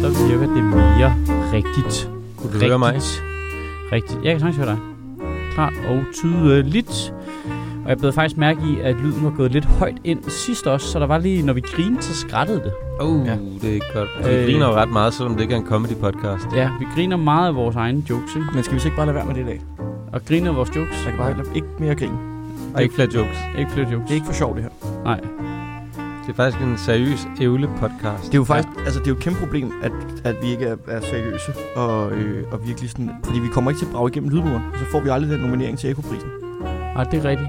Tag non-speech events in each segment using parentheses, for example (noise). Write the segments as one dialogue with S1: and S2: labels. S1: Så virker det mere rigtigt.
S2: Kunne du høre mig?
S1: Rigtigt. Jeg kan sagtens høre dig. Klart og tydeligt. Og jeg blev faktisk mærke i, at lyden var gået lidt højt ind sidst også, så der var lige, når vi grinede, så skrattede det.
S2: Oh,
S1: Ja.
S2: ja. det er ikke godt.
S1: Øh.
S2: Vi griner jo ret meget, selvom det ikke er en comedy podcast.
S1: Ja, vi griner meget af vores egne jokes, ikke?
S3: Men skal vi så ikke bare lade være med det i dag?
S1: Og griner af vores jokes.
S3: Der kan bare ikke- ikke mere grin.
S2: Der er ikke flere jokes.
S1: Ikke flere jokes.
S3: Det er ikke for sjovt, det her.
S1: Nej.
S2: Det er faktisk en seriøs ævle-podcast.
S3: Det er jo faktisk, altså det er jo et kæmpe problem, at, at vi ikke er, er seriøse og, øh, og virkelig sådan, fordi vi kommer ikke til at brage igennem lydmuren, og så får vi aldrig den nominering til Ekoprisen.
S1: Ah, det er rigtigt.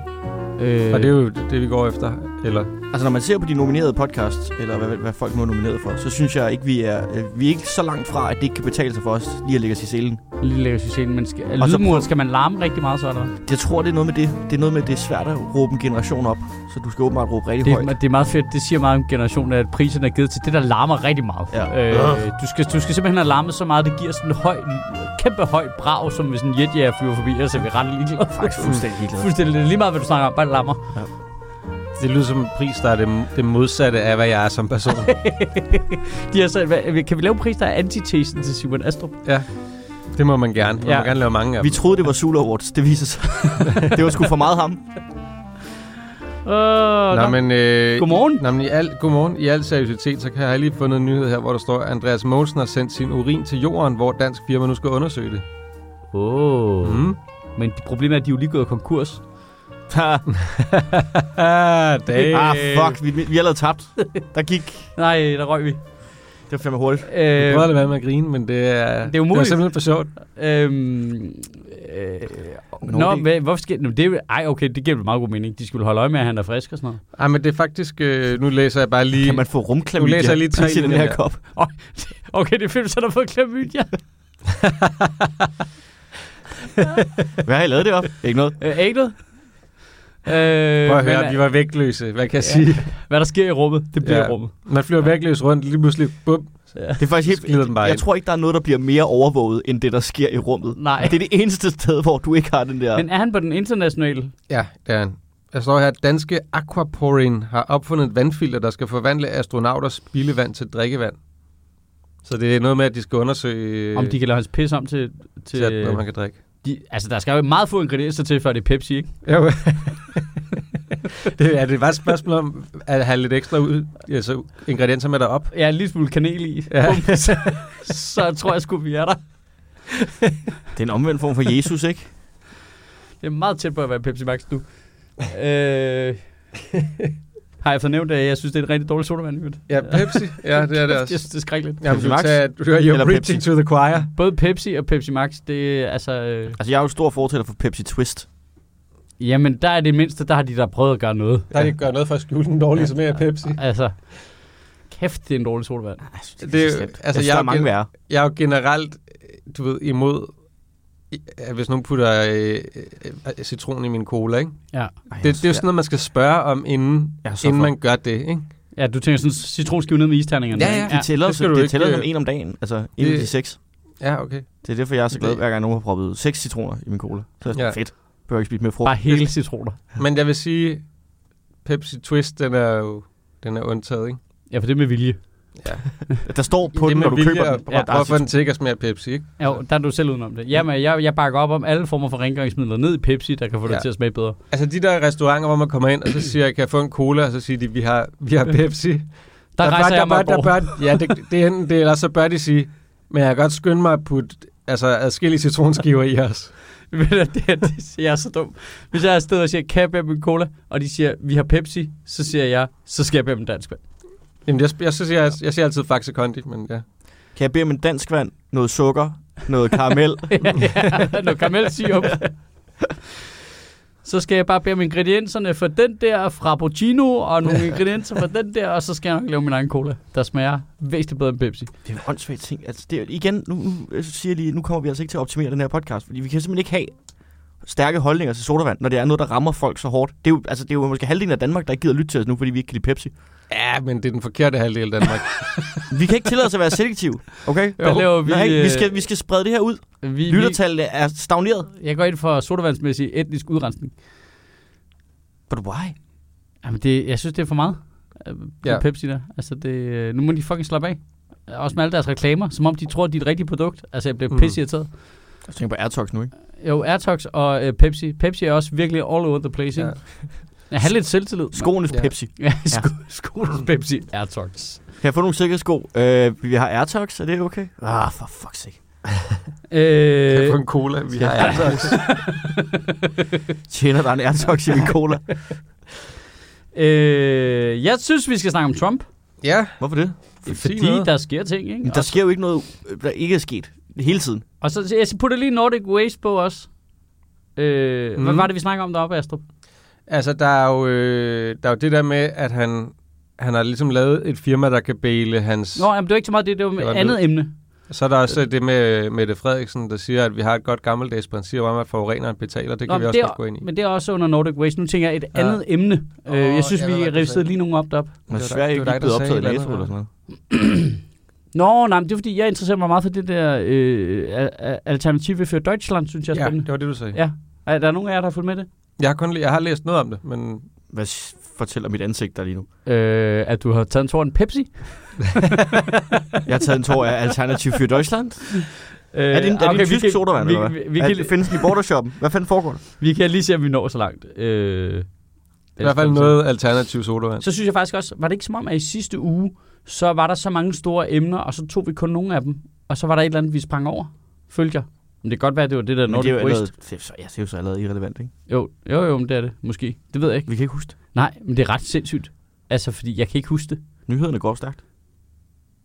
S1: Øh,
S2: Og det er jo det, det, vi går efter. Eller,
S3: Altså når man ser på de nominerede podcasts, eller hvad, hvad folk nu er nomineret for, så synes jeg ikke, vi er, øh, vi er ikke så langt fra, at det ikke kan betale sig for os lige at lægge os i selen.
S1: Lige lægger sig selv, men skal,
S3: Og så
S1: lydmuren
S3: prøv-
S1: skal man larme rigtig meget, så er der.
S3: Jeg tror, det er noget med det. Det er noget med, at det er svært at råbe en generation op, så du skal åbenbart råbe rigtig højt.
S1: Det, det er meget fedt. Det siger meget om generationen, at priserne er givet til det, der larmer rigtig meget.
S3: Ja.
S1: Øh, du, skal, du skal simpelthen have larmet så meget, det giver sådan en høj, kæmpe høj brag, som hvis en jetjager flyver forbi, ellers er vi ret ligeglade. (laughs)
S3: faktisk fuldstændig ligeglad.
S1: Fuldstændig lige meget, hvad du snakker om, bare det larmer. (laughs)
S2: det lyder som en pris, der er det, det modsatte af, hvad jeg er som person.
S1: De er så, hvad, kan vi lave en pris, der er antitesen til Simon Astrup?
S2: ja, det må man gerne. Man
S1: Ja.
S2: ja. må gerne lave mange af
S3: Vi
S2: dem.
S3: troede, det var Sula Awards. Det viser sig. (laughs) det var sgu for meget ham.
S1: Øh, nå.
S2: Nå, men, øh,
S1: Godmorgen.
S2: I, nå, men i al, godmorgen. I al seriøsitet, så har jeg lige fundet en nyhed her, hvor der står, at Andreas Mogensen har sendt sin urin til jorden, hvor et dansk firma nu skal undersøge det.
S1: Åh. (laughs)
S2: Mm. (laughs)
S1: Men det problem er, at de er jo lige gået konkurs.
S2: Ah, damn.
S3: ah, fuck. Vi, vi er allerede tabt. Der gik.
S1: Nej, der røg vi.
S3: Det var fandme hurtigt.
S2: Jeg
S1: Øh,
S2: prøver at lade være med at grine, men det er,
S1: Det er umuligt.
S2: det er simpelthen for sjovt.
S1: Øhm, øh,
S3: Nå,
S1: nå,
S3: det-
S1: hvad, hvorfor skal... Nå, det er, jo- ej, okay, det giver vel meget god mening. De skulle holde øje med, at han er frisk og sådan noget.
S2: Ej, men det er faktisk... Øh, nu læser jeg bare lige...
S3: Kan man få rumklamydia
S2: Nu læser jeg lige tre
S3: i den
S2: linjer
S3: her
S2: her.
S3: kop?
S1: Okay, det er film, så der har fået klamydia.
S3: Hvad har I lavet det op? Ikke noget.
S1: Øh, ikke noget? Øh,
S2: Prøv at
S1: men,
S2: høre, vi var vægtløse. Hvad kan jeg sige?
S1: Hvad der sker i rummet, det bliver ja.
S2: Ja.
S1: i rummet.
S2: Man flyver vægtløs rundt, lige pludselig... Bum,
S3: Det er faktisk
S2: så
S3: helt...
S2: glider den bare
S3: Jeg
S2: ind.
S3: tror ikke, der er noget, der bliver mere overvåget, end det, der sker i rummet.
S1: Nej.
S3: Det er det eneste sted, hvor du ikke har den der...
S1: Men er han på den internationale?
S2: Ja, det er han. Jeg står her, at danske Aquaporin har opfundet et vandfilter, der skal forvandle astronauters spildevand til drikkevand. Så det er noget med, at de skal undersøge,
S1: Øh, om de kan lave hans pis om til...
S2: til, at,
S1: til
S2: når man kan drikke.
S1: de, altså, der skal jo meget få ingredienser til, før det er Pepsi, ikke?
S2: Jo. (laughs) det er det bare et spørgsmål om at have lidt ekstra ud, altså ingredienser med derop.
S1: Ja, en lille smule kanel i. (laughs)
S2: Ja.
S1: Bum. så tror jeg sgu, vi er der.
S3: Det er en omvendt form for Jesus, ikke?
S1: Det er meget tæt på at være Pepsi Max, du. øh, har jeg fået nævnt, at jeg synes, det er et rigtig dårligt sodavand? i øvrigt?
S2: Ja, (laughs) Pepsi. Ja, det er det
S1: Jeg
S2: også.
S1: synes, det er skrækkeligt.
S2: Jamen,
S3: Pepsi
S2: du,
S3: Max?
S2: tager, du hører, you're
S3: Eller Pepsi?
S2: preaching to the choir.
S1: Både Pepsi og Pepsi Max, det er altså... Øh,
S3: Altså, jeg er jo stor fortæller for Pepsi Twist.
S1: jamen, der er det mindste, der har de der prøvet at gøre noget.
S2: Der kan ikke gøre noget for at skjule den dårlige som er Pepsi.
S1: (laughs) Altså, kæft, det er en dårlig sodavand.
S3: Altså,
S2: Det er jo- altså,
S3: altså, jeg, synes,
S2: jeg
S3: der
S2: er
S3: er mange
S2: gen-
S3: værre.
S2: Jeg er jo generelt, øh, du ved, imod, at hvis nogen putter øh, øh, citron i min cola, ikke?
S1: Ja.
S3: Ej,
S2: Det, det er jo sådan noget, man skal spørge om, inden,
S3: Jeg er så
S2: inden
S3: for.
S2: man gør det, ikke?
S1: Ja, du tænker sådan citronskive ned med isterningerne.
S2: Ja, ja.
S3: De tæller,
S2: det
S3: det,
S2: skal du
S3: det
S2: ikke,
S3: tæller
S2: øh,
S3: dem en om dagen. Altså, en af
S2: det-
S3: de seks.
S2: Ja, okay.
S3: Det er derfor, jeg er så glad,
S2: Det-
S3: hver gang nogen har proppet seks citroner i min cola. Så er det
S2: Ja.
S3: ja. fedt. Bør ikke spise mere frugt.
S1: Bare hele citroner.
S2: Men jeg vil sige, Pepsi Twist, den er jo den er undtaget, ikke?
S1: Ja, for det er med vilje.
S3: Der står på den, når du køber den.
S2: Ja,
S1: Ja,
S3: der er
S2: hvorfor den til ikke at smage Pepsi, ikke?
S1: Ja, jo, der er du selv udenom det. Jamen, jeg, jeg bakker op om alle former for rengøringsmidler ned i Pepsi, der kan få det
S2: Ja.
S1: til at smage bedre.
S2: Altså de der restauranter, hvor man kommer ind, og (clears throat) så siger jeg, kan jeg få en cola? Og så siger de, vi har, vi har Pepsi. Der,
S1: Der, der rejser
S2: bør,
S1: jeg mig
S2: der,
S1: og
S2: bør, der
S1: går. (laughs)
S2: bør, Ja, det, det er enten det, eller så bør de sige, men jeg kan godt skynde mig at putte altså, adskillige citronskiver i os.
S1: Ved du, det, her, det siger jeg er så dum. Hvis jeg er afsted og siger, kan jeg bære min cola? Og de siger, vi har Pepsi, så siger jeg, så skal jeg bære min dansk vand.
S2: Jamen, jeg, jeg, jeg, jeg, jeg siger altid Faxe Kondi, men ja.
S3: Kan jeg bede om en dansk vand, noget sukker,
S4: (laughs)
S3: noget karamel?
S1: ja, noget karamelsirup. Så skal jeg bare bære om ingredienserne for den der frappuccino, og nogle ingredienser for den der, og så skal jeg nok lave min egen cola, der smager væsentligt bedre end Pepsi.
S3: det er en åndssvagt ting. Altså, det er, igen, nu, nu siger jeg lige, nu kommer vi altså ikke til at optimere den her podcast, fordi vi kan simpelthen ikke have
S4: stærke holdninger til sodavand, når det er noget, der rammer folk så hårdt. Det er jo, altså, det er jo måske halvdelen af Danmark, der ikke gider lytte til os nu, fordi vi ikke kan lide Pepsi.
S2: Ja, men det er den forkerte halvdel af Danmark.
S4: Vi kan ikke tillade os at være selektive, okay?
S1: Der laver vi,
S4: Vi, Nej,
S1: øh,
S4: vi, skal, vi skal sprede det her ud.
S1: vi,
S4: Lyttertallet er stagneret.
S1: vi, jeg går ind for sodavandsmæssig etnisk udrensning.
S4: But why?
S1: Jamen, det, jeg synes, det er for meget. Øh,
S2: Ja.
S1: ja. Pepsi der. Altså, det, øh, nu må de fucking slappe af. Også med alle deres reklamer, som om de tror, de er et rigtigt produkt. Altså, jeg bliver
S2: Mm.
S1: mm. pissirriteret.
S4: Jeg tænker på Airtox nu, ikke?
S1: Jo, Airtox og øh, Pepsi. Pepsi er også virkelig all over the place,
S2: Ja.
S1: ikke? Jeg har lidt selvtillid.
S4: Skoenes
S2: Ja.
S4: ja. Pepsi.
S2: (laughs)
S1: Ja, sko- skolens Pepsi. Airtox.
S4: Kan jeg få nogle sikkerhedssko? Øh, vi har Airtox, er det okay? Ah, for fuck's sake.
S2: Kan
S1: Øh,
S2: jeg få en cola? Vi har altså.
S4: Tjener der en Airtox i min (laughs) cola?
S1: øh, jeg synes, vi skal snakke om Trump.
S2: Ja,
S4: Hvorfor det?
S2: Sig
S1: Fordi
S2: noget.
S1: der sker ting, ikke?
S4: Men der sker jo ikke noget, øh, der ikke er sket hele tiden.
S1: Og så jeg putter lige Nordic Waste på også. Øh, mm. Hvad
S2: Mm.
S1: var det, vi snakker om deroppe, Astrup?
S2: altså der er, jo, øh, der er jo det der med, at han, han har ligesom lavet et firma, der kan bæle hans...
S1: Nå, jamen, det var ikke så meget det, det var
S2: Det var
S1: et andet emne.
S2: Så er der også det med Mette Frederiksen, der siger, at vi har et godt gammeldags princip om, at forureneren betaler. Det
S1: Nå,
S2: kan vi
S1: men
S2: også
S1: det er-
S2: godt gå ind i.
S1: Men det er også under Nordic Waste. Nu tænker jeg et
S2: Ja.
S1: ja. andet emne.
S2: Åh,
S1: Øh, jeg synes,
S2: ja,
S1: vi
S2: det var det, du
S1: ristede
S2: sagde.
S1: lige nogle op deroppe. (clears throat)
S2: var
S4: Men
S2: dig-
S4: Sverige
S2: det
S4: ikke
S2: var dig,
S4: lige
S2: der
S4: blevet
S2: sagde
S4: optaget i
S2: et
S4: NATO
S2: eller
S4: eller
S2: andet,
S4: sådan noget.
S1: Nå, nej, men det er fordi, jeg interesserer mig meget for det der øh, a- a- Alternative for Deutschland, synes jeg er
S2: ja,
S1: spændende.
S2: det var det, du sagde.
S1: Ja. Er der nogen af jer, der har fulgt med det?
S2: Jeg, har kun, jeg har læst noget om det, men
S4: Hvad s- fortæller mit ansigt der lige nu?
S1: Øh, at du har taget en tår en Pepsi?
S4: Jeg har taget en tår af Alternativ for Deutschland.
S1: Øh,
S4: Er det en, er det en tysk sodavand, eller hvad?
S1: vi, vi, vi,
S4: Vi,
S1: kan,
S4: findes den i bordershoppen? Hvad fanden foregår der?
S1: vi kan lige se, om vi når så langt. Øh,
S2: i hvert fald noget alternativ sodavand.
S1: Så synes jeg faktisk også, var det ikke som om, at i sidste uge, så var der så mange store emner, og så tog vi kun nogle af dem, og så var der et eller andet, vi sprang over, følger. Men det kan godt være, at det var det der
S4: Men det
S1: Nordic
S4: er jo
S1: Waste.
S4: allerede, det er, så, ja, det er jo så allerede irrelevant, ikke?
S1: Jo, jo, jo, men det er det. Måske. Det ved jeg ikke.
S4: Vi kan ikke huske det.
S1: Nej, men det er ret sindssygt. Altså, fordi jeg kan ikke huske det.
S4: Nyhederne går stærkt.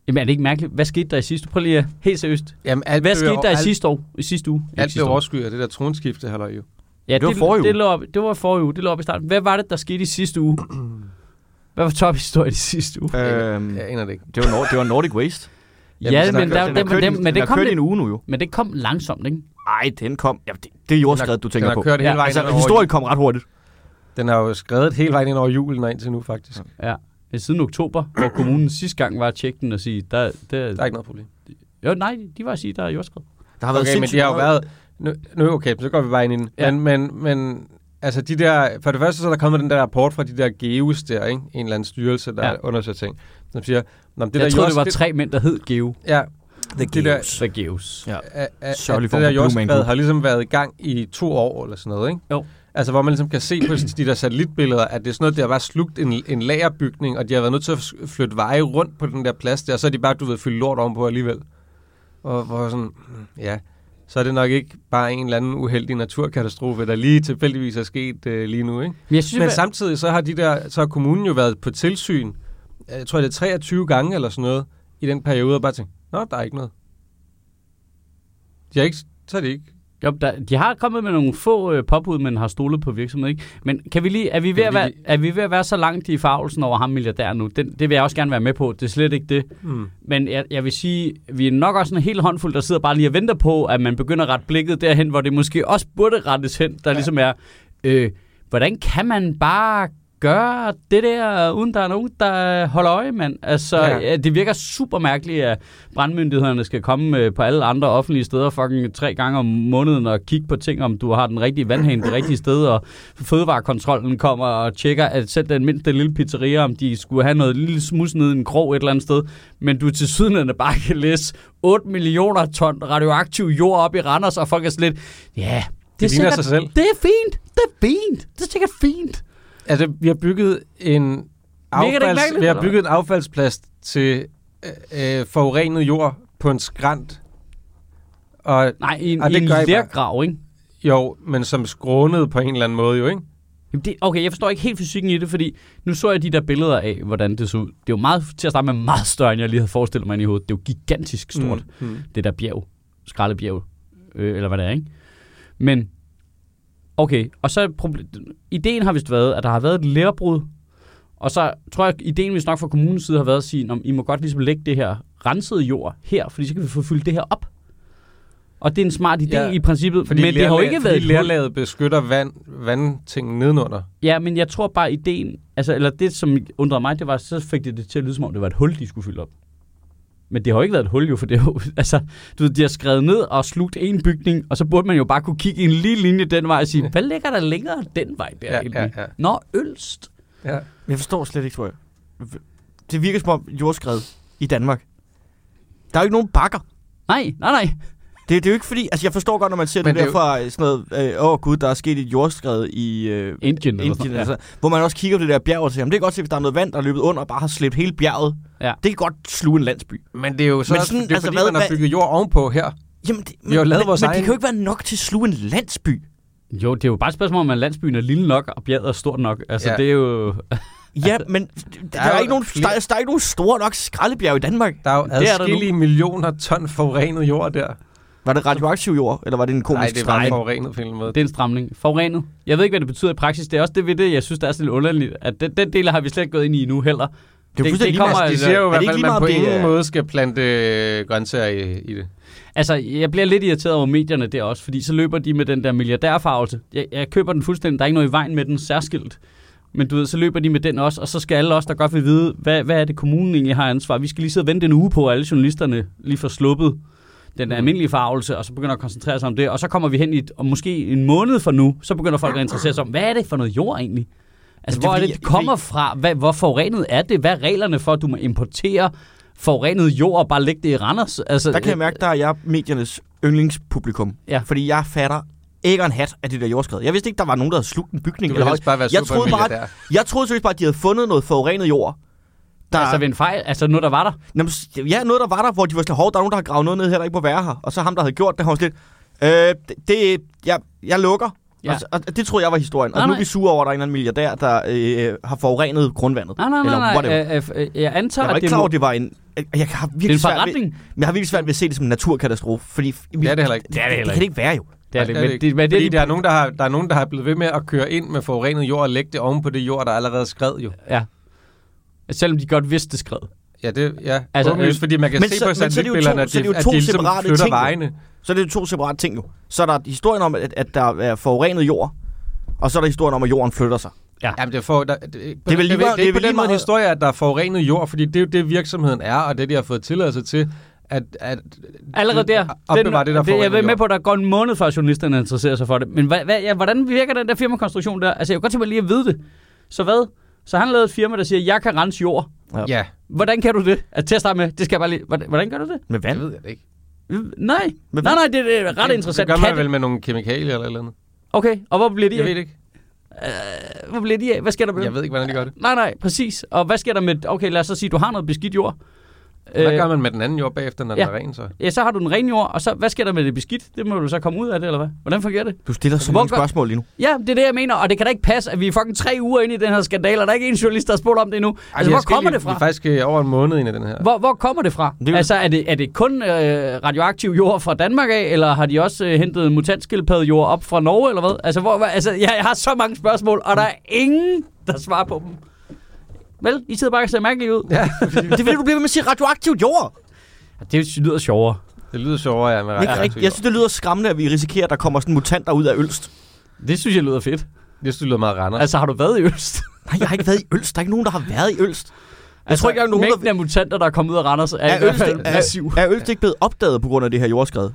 S1: Jamen, er det ikke mærkeligt? Hvad skete der i sidste? Prøv lige at- helt seriøst.
S2: Jamen, alt
S1: Hvad
S2: blev jo-
S1: skete der i
S2: alt-
S1: sidste år? I sidste uge? Ikke
S2: Alt
S1: sidste
S2: blev
S1: år.
S2: overskyet af det der tronskifte, halløj jo.
S1: Ja,
S4: Det var
S1: det,
S4: forrige uge.
S1: det, det, lå op, det var forrige uge. Det lå op i starten. Hvad var det, der skete i sidste
S2: (clears throat)
S1: uge? Hvad var tophistorien i sidste uge?
S4: Øhm,
S2: Jeg aner det ikke.
S4: det, var Nor- det var Nordic Waste.
S2: Jamen,
S1: ja,
S2: den har
S1: men,
S2: kørt-
S1: der,
S2: den
S1: det, men, det, men, det kom
S4: kørt i
S1: lidt,
S4: en uge nu jo.
S1: men det kom langsomt, ikke?
S4: Ej, den kom. Ja, det, det er jordskredet, du
S2: Den
S4: tænker
S2: har
S4: på.
S2: kørt hele
S1: Ja,
S2: vejen
S4: Altså,
S2: ind over
S4: historien kom ret hurtigt.
S2: julen. Den har jo skrevet hele vejen ind over julen og indtil nu, faktisk.
S1: Mm. Det er Siden oktober, hvor kommunen sidste gang var at tjekke den og sige, der, der,
S2: Der er ikke noget problem.
S1: jo, nej, de var at sige, der er jordskred.
S4: Der har været
S2: Okay, men
S4: sindssygt
S2: de har jo
S4: meget-
S2: været... Nu, nu okay, så går vi bare ind i den.
S1: Ja.
S2: Men, men, men altså de der... For det første så er der kommet den der rapport fra de der geos der, ikke? En eller anden styrelse, der
S1: Ja.
S2: ja. undersøger ting. Som siger... Nå, men det
S1: Det jeg
S2: der
S1: troede,
S2: jords-
S1: det var tre mænd, der hed Geo.
S2: Ja, det der-
S1: Så Geos.
S4: Ja.
S2: at, at, at
S4: Sørgelig
S2: det
S4: form
S2: der
S4: for Blue Man
S2: jordskred
S4: Group.
S2: har ligesom været i gang i to år eller sådan noget, ikke?
S1: Jo.
S2: Altså, hvor man ligesom kan
S4: (clears throat)
S2: se på de der satellitbilleder, at det er sådan noget, der har bare slugt en, en lagerbygning, og de har været nødt til at flytte veje rundt på den der plads der, og så er de bare, du ved, fyldt lort ovenpå alligevel. Og hvor sådan, mm, ja, så er det nok ikke bare en eller anden uheldig naturkatastrofe, der lige tilfældigvis er sket øh, lige nu, ikke?
S1: Men jeg synes,
S2: Men
S1: at,
S2: samtidig så har de der, så har kommunen jo været på tilsyn, jeg tror det er 23 gange eller sådan noget, i den periode, og bare tænkt, nå, der er ikke noget. De har ikke, så er det ikke.
S1: jo, der, de har kommet med nogle få øh, påbud, men har stolet på virksomheden, ikke? Men kan vi lige, er vi ved,
S2: Kan
S1: at
S2: vi
S1: være,
S2: lige-
S1: er vi ved at være så langt i farvelsen over ham milliardæren nu? Den, det vil jeg også gerne være med på. Det er slet ikke det.
S2: Mm.
S1: Men jeg, jeg vil sige, vi er nok også en hel håndfuld, der sidder bare lige og venter på, at man begynder at rette blikket derhen, hvor det måske også burde rettes hen, der ja. ligesom er, øh, hvordan kan man bare gøre det der, uden der er nogen, der holder øje, mand? Altså,
S2: Ja.
S1: ja. Ja, det virker super mærkeligt, at brandmyndighederne skal komme øh, på alle andre offentlige steder fucking tre gange om måneden og kigge på ting, om du har den rigtige vandhane det rigtige sted, og fødevarekontrollen kommer og tjekker, at selv den mindste lille pizzeria, om de skulle have noget lille smus nede i en krog et eller andet sted, men du til sydenlande bare kan læse 8 millioner ton radioaktiv jord op i Randers, og folk er sådan lidt, ja, yeah, det,
S2: Det ligner sig selv."
S1: Det er fint, det er fint, det er sikkert fint.
S2: Altså, vi har bygget en,
S1: Virker det ikke
S2: affalds,
S1: mærkeligt?
S2: vi har bygget en affaldsplads til øh, øh, forurenet jord på en skrant. Og
S1: Nej, i en, Ej,
S2: Ej, Ah, det
S1: i en
S2: gør I bare.
S1: lærgrav, ikke?
S2: jo, men som skrånede på en eller anden måde jo, ikke?
S1: Jamen det, okay, jeg forstår ikke helt fysikken i det, fordi nu så jeg de der billeder af, hvordan det så ud. Det er jo meget, til at starte med meget større, end jeg lige havde forestillet mig ind i hovedet. Det er jo gigantisk stort, mm.
S2: Mm. Mm.
S1: det der bjerg, skraldebjerg, øh, eller hvad det er, ikke? Men, okay, og så er proble- ideen har vist været, at der har været et lærbrud, og så tror jeg, ideen vist nok fra kommunens side har været at sige, "Nå, men I må godt ligesom lægge det her rensede jord her, fordi så kan vi få fyldt det her op. Og det er en smart idé
S2: Ja.
S1: ja. i princippet,
S2: Fordi
S1: fordi men det har jo ikke været...
S2: Fordi
S1: et hul.
S2: lærlaget beskytter vand, vandtingen nedenunder.
S1: Ja, men jeg tror bare, ideen... Altså, eller det, som undrede mig, det var, så fik det det til at lyde, som om det var et hul, de skulle fylde op. Men det har jo ikke været et hul, jo, for det er jo, (laughs) altså, du ved, de har skrevet ned og slugt en bygning, og så burde man jo bare kunne kigge en lille linje den vej og sige, hvad ligger der længere den vej der?
S2: Ja, ja, ja.
S1: Nå, Ølst.
S2: ja.
S3: Jeg forstår slet ikke, tror jeg. Det virker som om jordskred i Danmark. Der er jo ikke nogen bakker.
S1: Nej, nej, nej.
S3: Det, det er jo ikke fordi, altså jeg forstår godt, når man ser
S2: Men
S3: det,
S2: det er
S3: det
S2: jo-
S3: der fra øh, sådan noget, øh, åh gud, der er sket et jordskred i øh,
S1: Indien. eller sådan
S3: Indien,
S1: noget.
S3: altså, hvor man også kigger på det der bjerg og siger, jamen det er godt se, hvis der er noget vand, der er løbet under og bare har slæbt hele bjerget.
S1: Ja.
S3: Det kan godt sluge en landsby.
S2: Men det er jo så
S3: Men
S2: også,
S3: sådan,
S2: det er,
S3: altså,
S2: fordi,
S3: hvad-
S2: man har
S3: hvad-
S2: bygget jord ovenpå her.
S3: Jamen, det,
S2: har jo lavet
S3: men,
S2: vores
S3: men
S2: egen-
S3: det kan jo ikke være nok til at sluge en landsby.
S1: Ja. Jo, det er jo bare et spørgsmål om, at landsbyen er lille nok, og bjerget er stort nok. Altså,
S2: Ja.
S1: ja. det er jo...
S3: Ja, men der, Altså, der,
S2: er
S3: er
S2: jo
S3: ikke nogen,
S2: flere-
S3: der, er- der er ikke nogen store nok skraldebjerg i Danmark.
S2: Der er jo
S1: er der
S2: adskillige millioner ton forurenet jord der.
S3: Var det radioaktiv jord, eller var det en komisk
S2: Nej, det var
S3: stramning?
S2: forurenet på en eller anden måde.
S1: Det er en stramning. Forurenet. Jeg ved ikke, hvad det betyder i praksis. Det er også det ved det, jeg synes, der er sådan lidt underligt, at den, den del har vi slet ikke gået ind i nu heller.
S3: Det er jo
S1: det
S3: fuldstændig
S1: kommer-
S3: kommer...
S2: Altså, de
S1: altså,
S2: siger jo
S1: er
S2: i hvert
S3: det
S2: fald,
S3: ikke
S2: at man
S3: lige meget,
S2: på
S3: om det
S2: ingen
S3: er-
S2: måde skal plante øh, grøntsager i, i det.
S1: Altså, jeg bliver lidt irriteret over medierne der også, fordi så løber de med den der milliardærfarvelse. Jeg, jeg køber den fuldstændig, der er ikke noget i vejen med den særskilt. Men du ved, så løber de med den også, og så skal alle os, der godt vil vide, hvad, hvad er det kommunen egentlig har ansvar. Vi skal lige sidde og vente en uge på, at alle journalisterne lige får sluppet
S3: Mm.
S1: den almindelige farvelse, og så begynder at koncentrere sig om det. Og så kommer vi hen i, et, og måske en måned fra nu, så begynder folk at interessere sig om, hvad er det for noget jord egentlig? Altså,
S3: Men det
S1: hvor
S3: er
S1: er
S3: fordi,
S1: det, det
S3: jeg-
S1: kommer fra? Hvad, hvor forurenet er det? Hvad er reglerne for, at du må importere forurenet jord og bare lægge det i Randers? Altså,
S3: Der kan jeg mærke, der er jeg mediernes yndlingspublikum.
S1: Ja.
S3: Fordi jeg fatter ikke en hat af det der jordskred. Jeg vidste ikke, der var nogen, der havde slugt en bygning.
S2: Du vil
S3: Eller
S2: helst bare være
S3: jeg troede bare,
S2: supermilliardær.
S3: jeg troede seriøst bare, at de havde fundet noget forurenet jord. Der,
S1: Altså ved en fejl? Altså noget, der var der?
S3: Jamen, s- ja, noget, der var der, hvor de var sådan, hov, der er nogen, der har gravet noget ned her, der ikke må være her. Og så ham, der havde gjort det, han var sådan lidt, øh, det, det jeg, jeg lukker. Ja.
S1: Ja.
S3: Og, så- og, det troede jeg var historien. Og
S1: Nej,
S3: nu er
S1: nej.
S3: vi sure over, at der er en eller anden milliardær, der øh, har forurenet grundvandet.
S1: Nej, nej,
S3: Eller
S1: nej. nej.
S3: whatever.
S1: Øh, øh, øh, jeg antager,
S3: Jeg var
S1: at
S3: ikke
S1: det,
S3: klar
S1: må,
S3: over, at det var en... Jeg, jeg har
S1: det er
S3: virkelig
S1: en
S3: svært ved,
S1: forretning.
S3: men jeg har virkelig svært ved at se det som en naturkatastrofe, fordi...
S2: Det er det heller ikke.
S3: Det, er det, det kan det ikke være jo.
S1: Det Altså, er det,
S2: Nej,
S1: men det, men det,
S2: Fordi
S1: det,
S2: der er, nogen, der, har, der er nogen, der har blevet ved med at køre ind med forurenet jord og lægge det oven på det jord, der allerede er skred jo.
S1: ja. Selvom de godt vidste det skred.
S2: Ja, det, ja.
S1: Altså,
S2: Altså, Åbenlyst,
S1: øh,
S2: fordi man kan
S3: men
S2: se
S3: så-
S2: på
S3: men så er det jo
S2: satellitbillederne,
S3: to-
S2: at
S3: så er
S2: de,
S3: det jo
S2: at
S3: to
S2: de ligesom
S3: separate
S2: flytter
S3: ting, jo.
S2: vejene.
S3: Så er det jo to separate ting jo. Så er der historien om, at, at der er forurenet jord, og så er der historien om, at jorden flytter sig.
S2: Jamen, det, får, der, det, det,
S3: vel lige
S2: det,
S3: meget-
S2: det er
S3: det er
S2: ikke på
S3: vel lige
S2: den måde en
S3: meget-
S2: historie, at der er forurenet jord, fordi det er jo det, virksomheden er, og det, de har fået tilladelse til, at, at
S1: Allerede der.
S2: opbevare det, der er
S1: det, jeg
S2: forurenet
S1: er med
S2: jord.
S1: på, at der går en måned før journalisterne interesserer sig for det. Men hvad, hvad, ja, hvordan virker den der firmakonstruktion der? Altså, jeg kunne godt tænke mig lige at vide det. Så hvad? Så han lavede et firma, der siger, jeg kan rense jord.
S2: Ja,
S1: Hvordan kan du det? At til at starte med, det skal jeg bare lige... Hvordan, hvordan gør du det?
S3: Med
S2: det
S3: vand.
S2: ved jeg det ikke.
S1: Øh, Nej,
S3: Men
S1: nej, nej, det, det er ret
S2: Det-
S1: interessant.
S2: Det gør
S1: Kan
S2: man vel med nogle kemikalier eller et eller andet.
S1: Okay, og hvor bliver de
S2: Jeg ved
S1: af?
S2: det ikke.
S1: Hvor bliver de af? Hvad sker der med dem?
S2: Jeg ved ikke, hvordan de gør det.
S1: Nej, nej, præcis. Og hvad sker der med... Okay, lad os så sige, du har noget beskidt jord.
S2: Hvad gør man med den anden jord bagefter, når
S1: Øh, ja. Altså,
S2: den er ren så?
S1: Ja, så har du den rene jord, og så, hvad sker der med det beskidt? Det må du så komme ud af det, eller hvad? Hvordan fungerer det?
S3: Du stiller så
S1: Hvor
S3: mange
S1: gør-
S3: spørgsmål lige nu.
S1: Ja, det er det, jeg mener, og det kan da ikke passe, at vi er fucking tre uger inde i den her skandale, og der er ikke en journalist, der har spurgt om det endnu.
S2: Ej,
S1: altså,
S2: vi er
S1: hvor kommer
S2: sket-
S1: det
S2: Vi er
S1: fra?
S2: faktisk øh, over en måned ind i den her.
S1: Hvor, hvor kommer det fra?
S3: Det er jo-
S1: altså, er det, er det kun øh, radioaktiv jord fra Danmark af, eller har de også øh, hentet mutantskildpaddejord op fra Norge, eller hvad? Altså, hvor, hvor- altså jeg, jeg har så mange spørgsmål, og der er ingen, der svarer på dem. Vel, I sidder bare og ser mærkeligt ud. Ja.
S3: det er fordi, du bliver ved med at sige radioaktiv jord.
S1: Det lyder sjovere.
S2: Det lyder sjovere, ja, med
S3: Ja, ikke
S2: radioaktiv
S3: rigtigt. Jeg synes, det lyder skræmmende, at vi risikerer, at der kommer sådan mutanter ud af Ølst.
S1: Det synes jeg lyder fedt.
S2: jord. Jeg synes, det lyder meget Randers.
S1: Altså, har du været i Øst?
S3: Nej, jeg har ikke været i Ølst. Der er ikke nogen, der har været i Ølst. Jeg
S2: Altså,
S3: tror ikke, der er nogen, der-
S1: mængden af mutanter, der er kommet ud af Randers, er,
S3: Er
S1: er i hvert
S3: Ølst,
S1: fald massiv.
S3: er, er Ølst ikke blevet opdaget på grund af det her jordskred?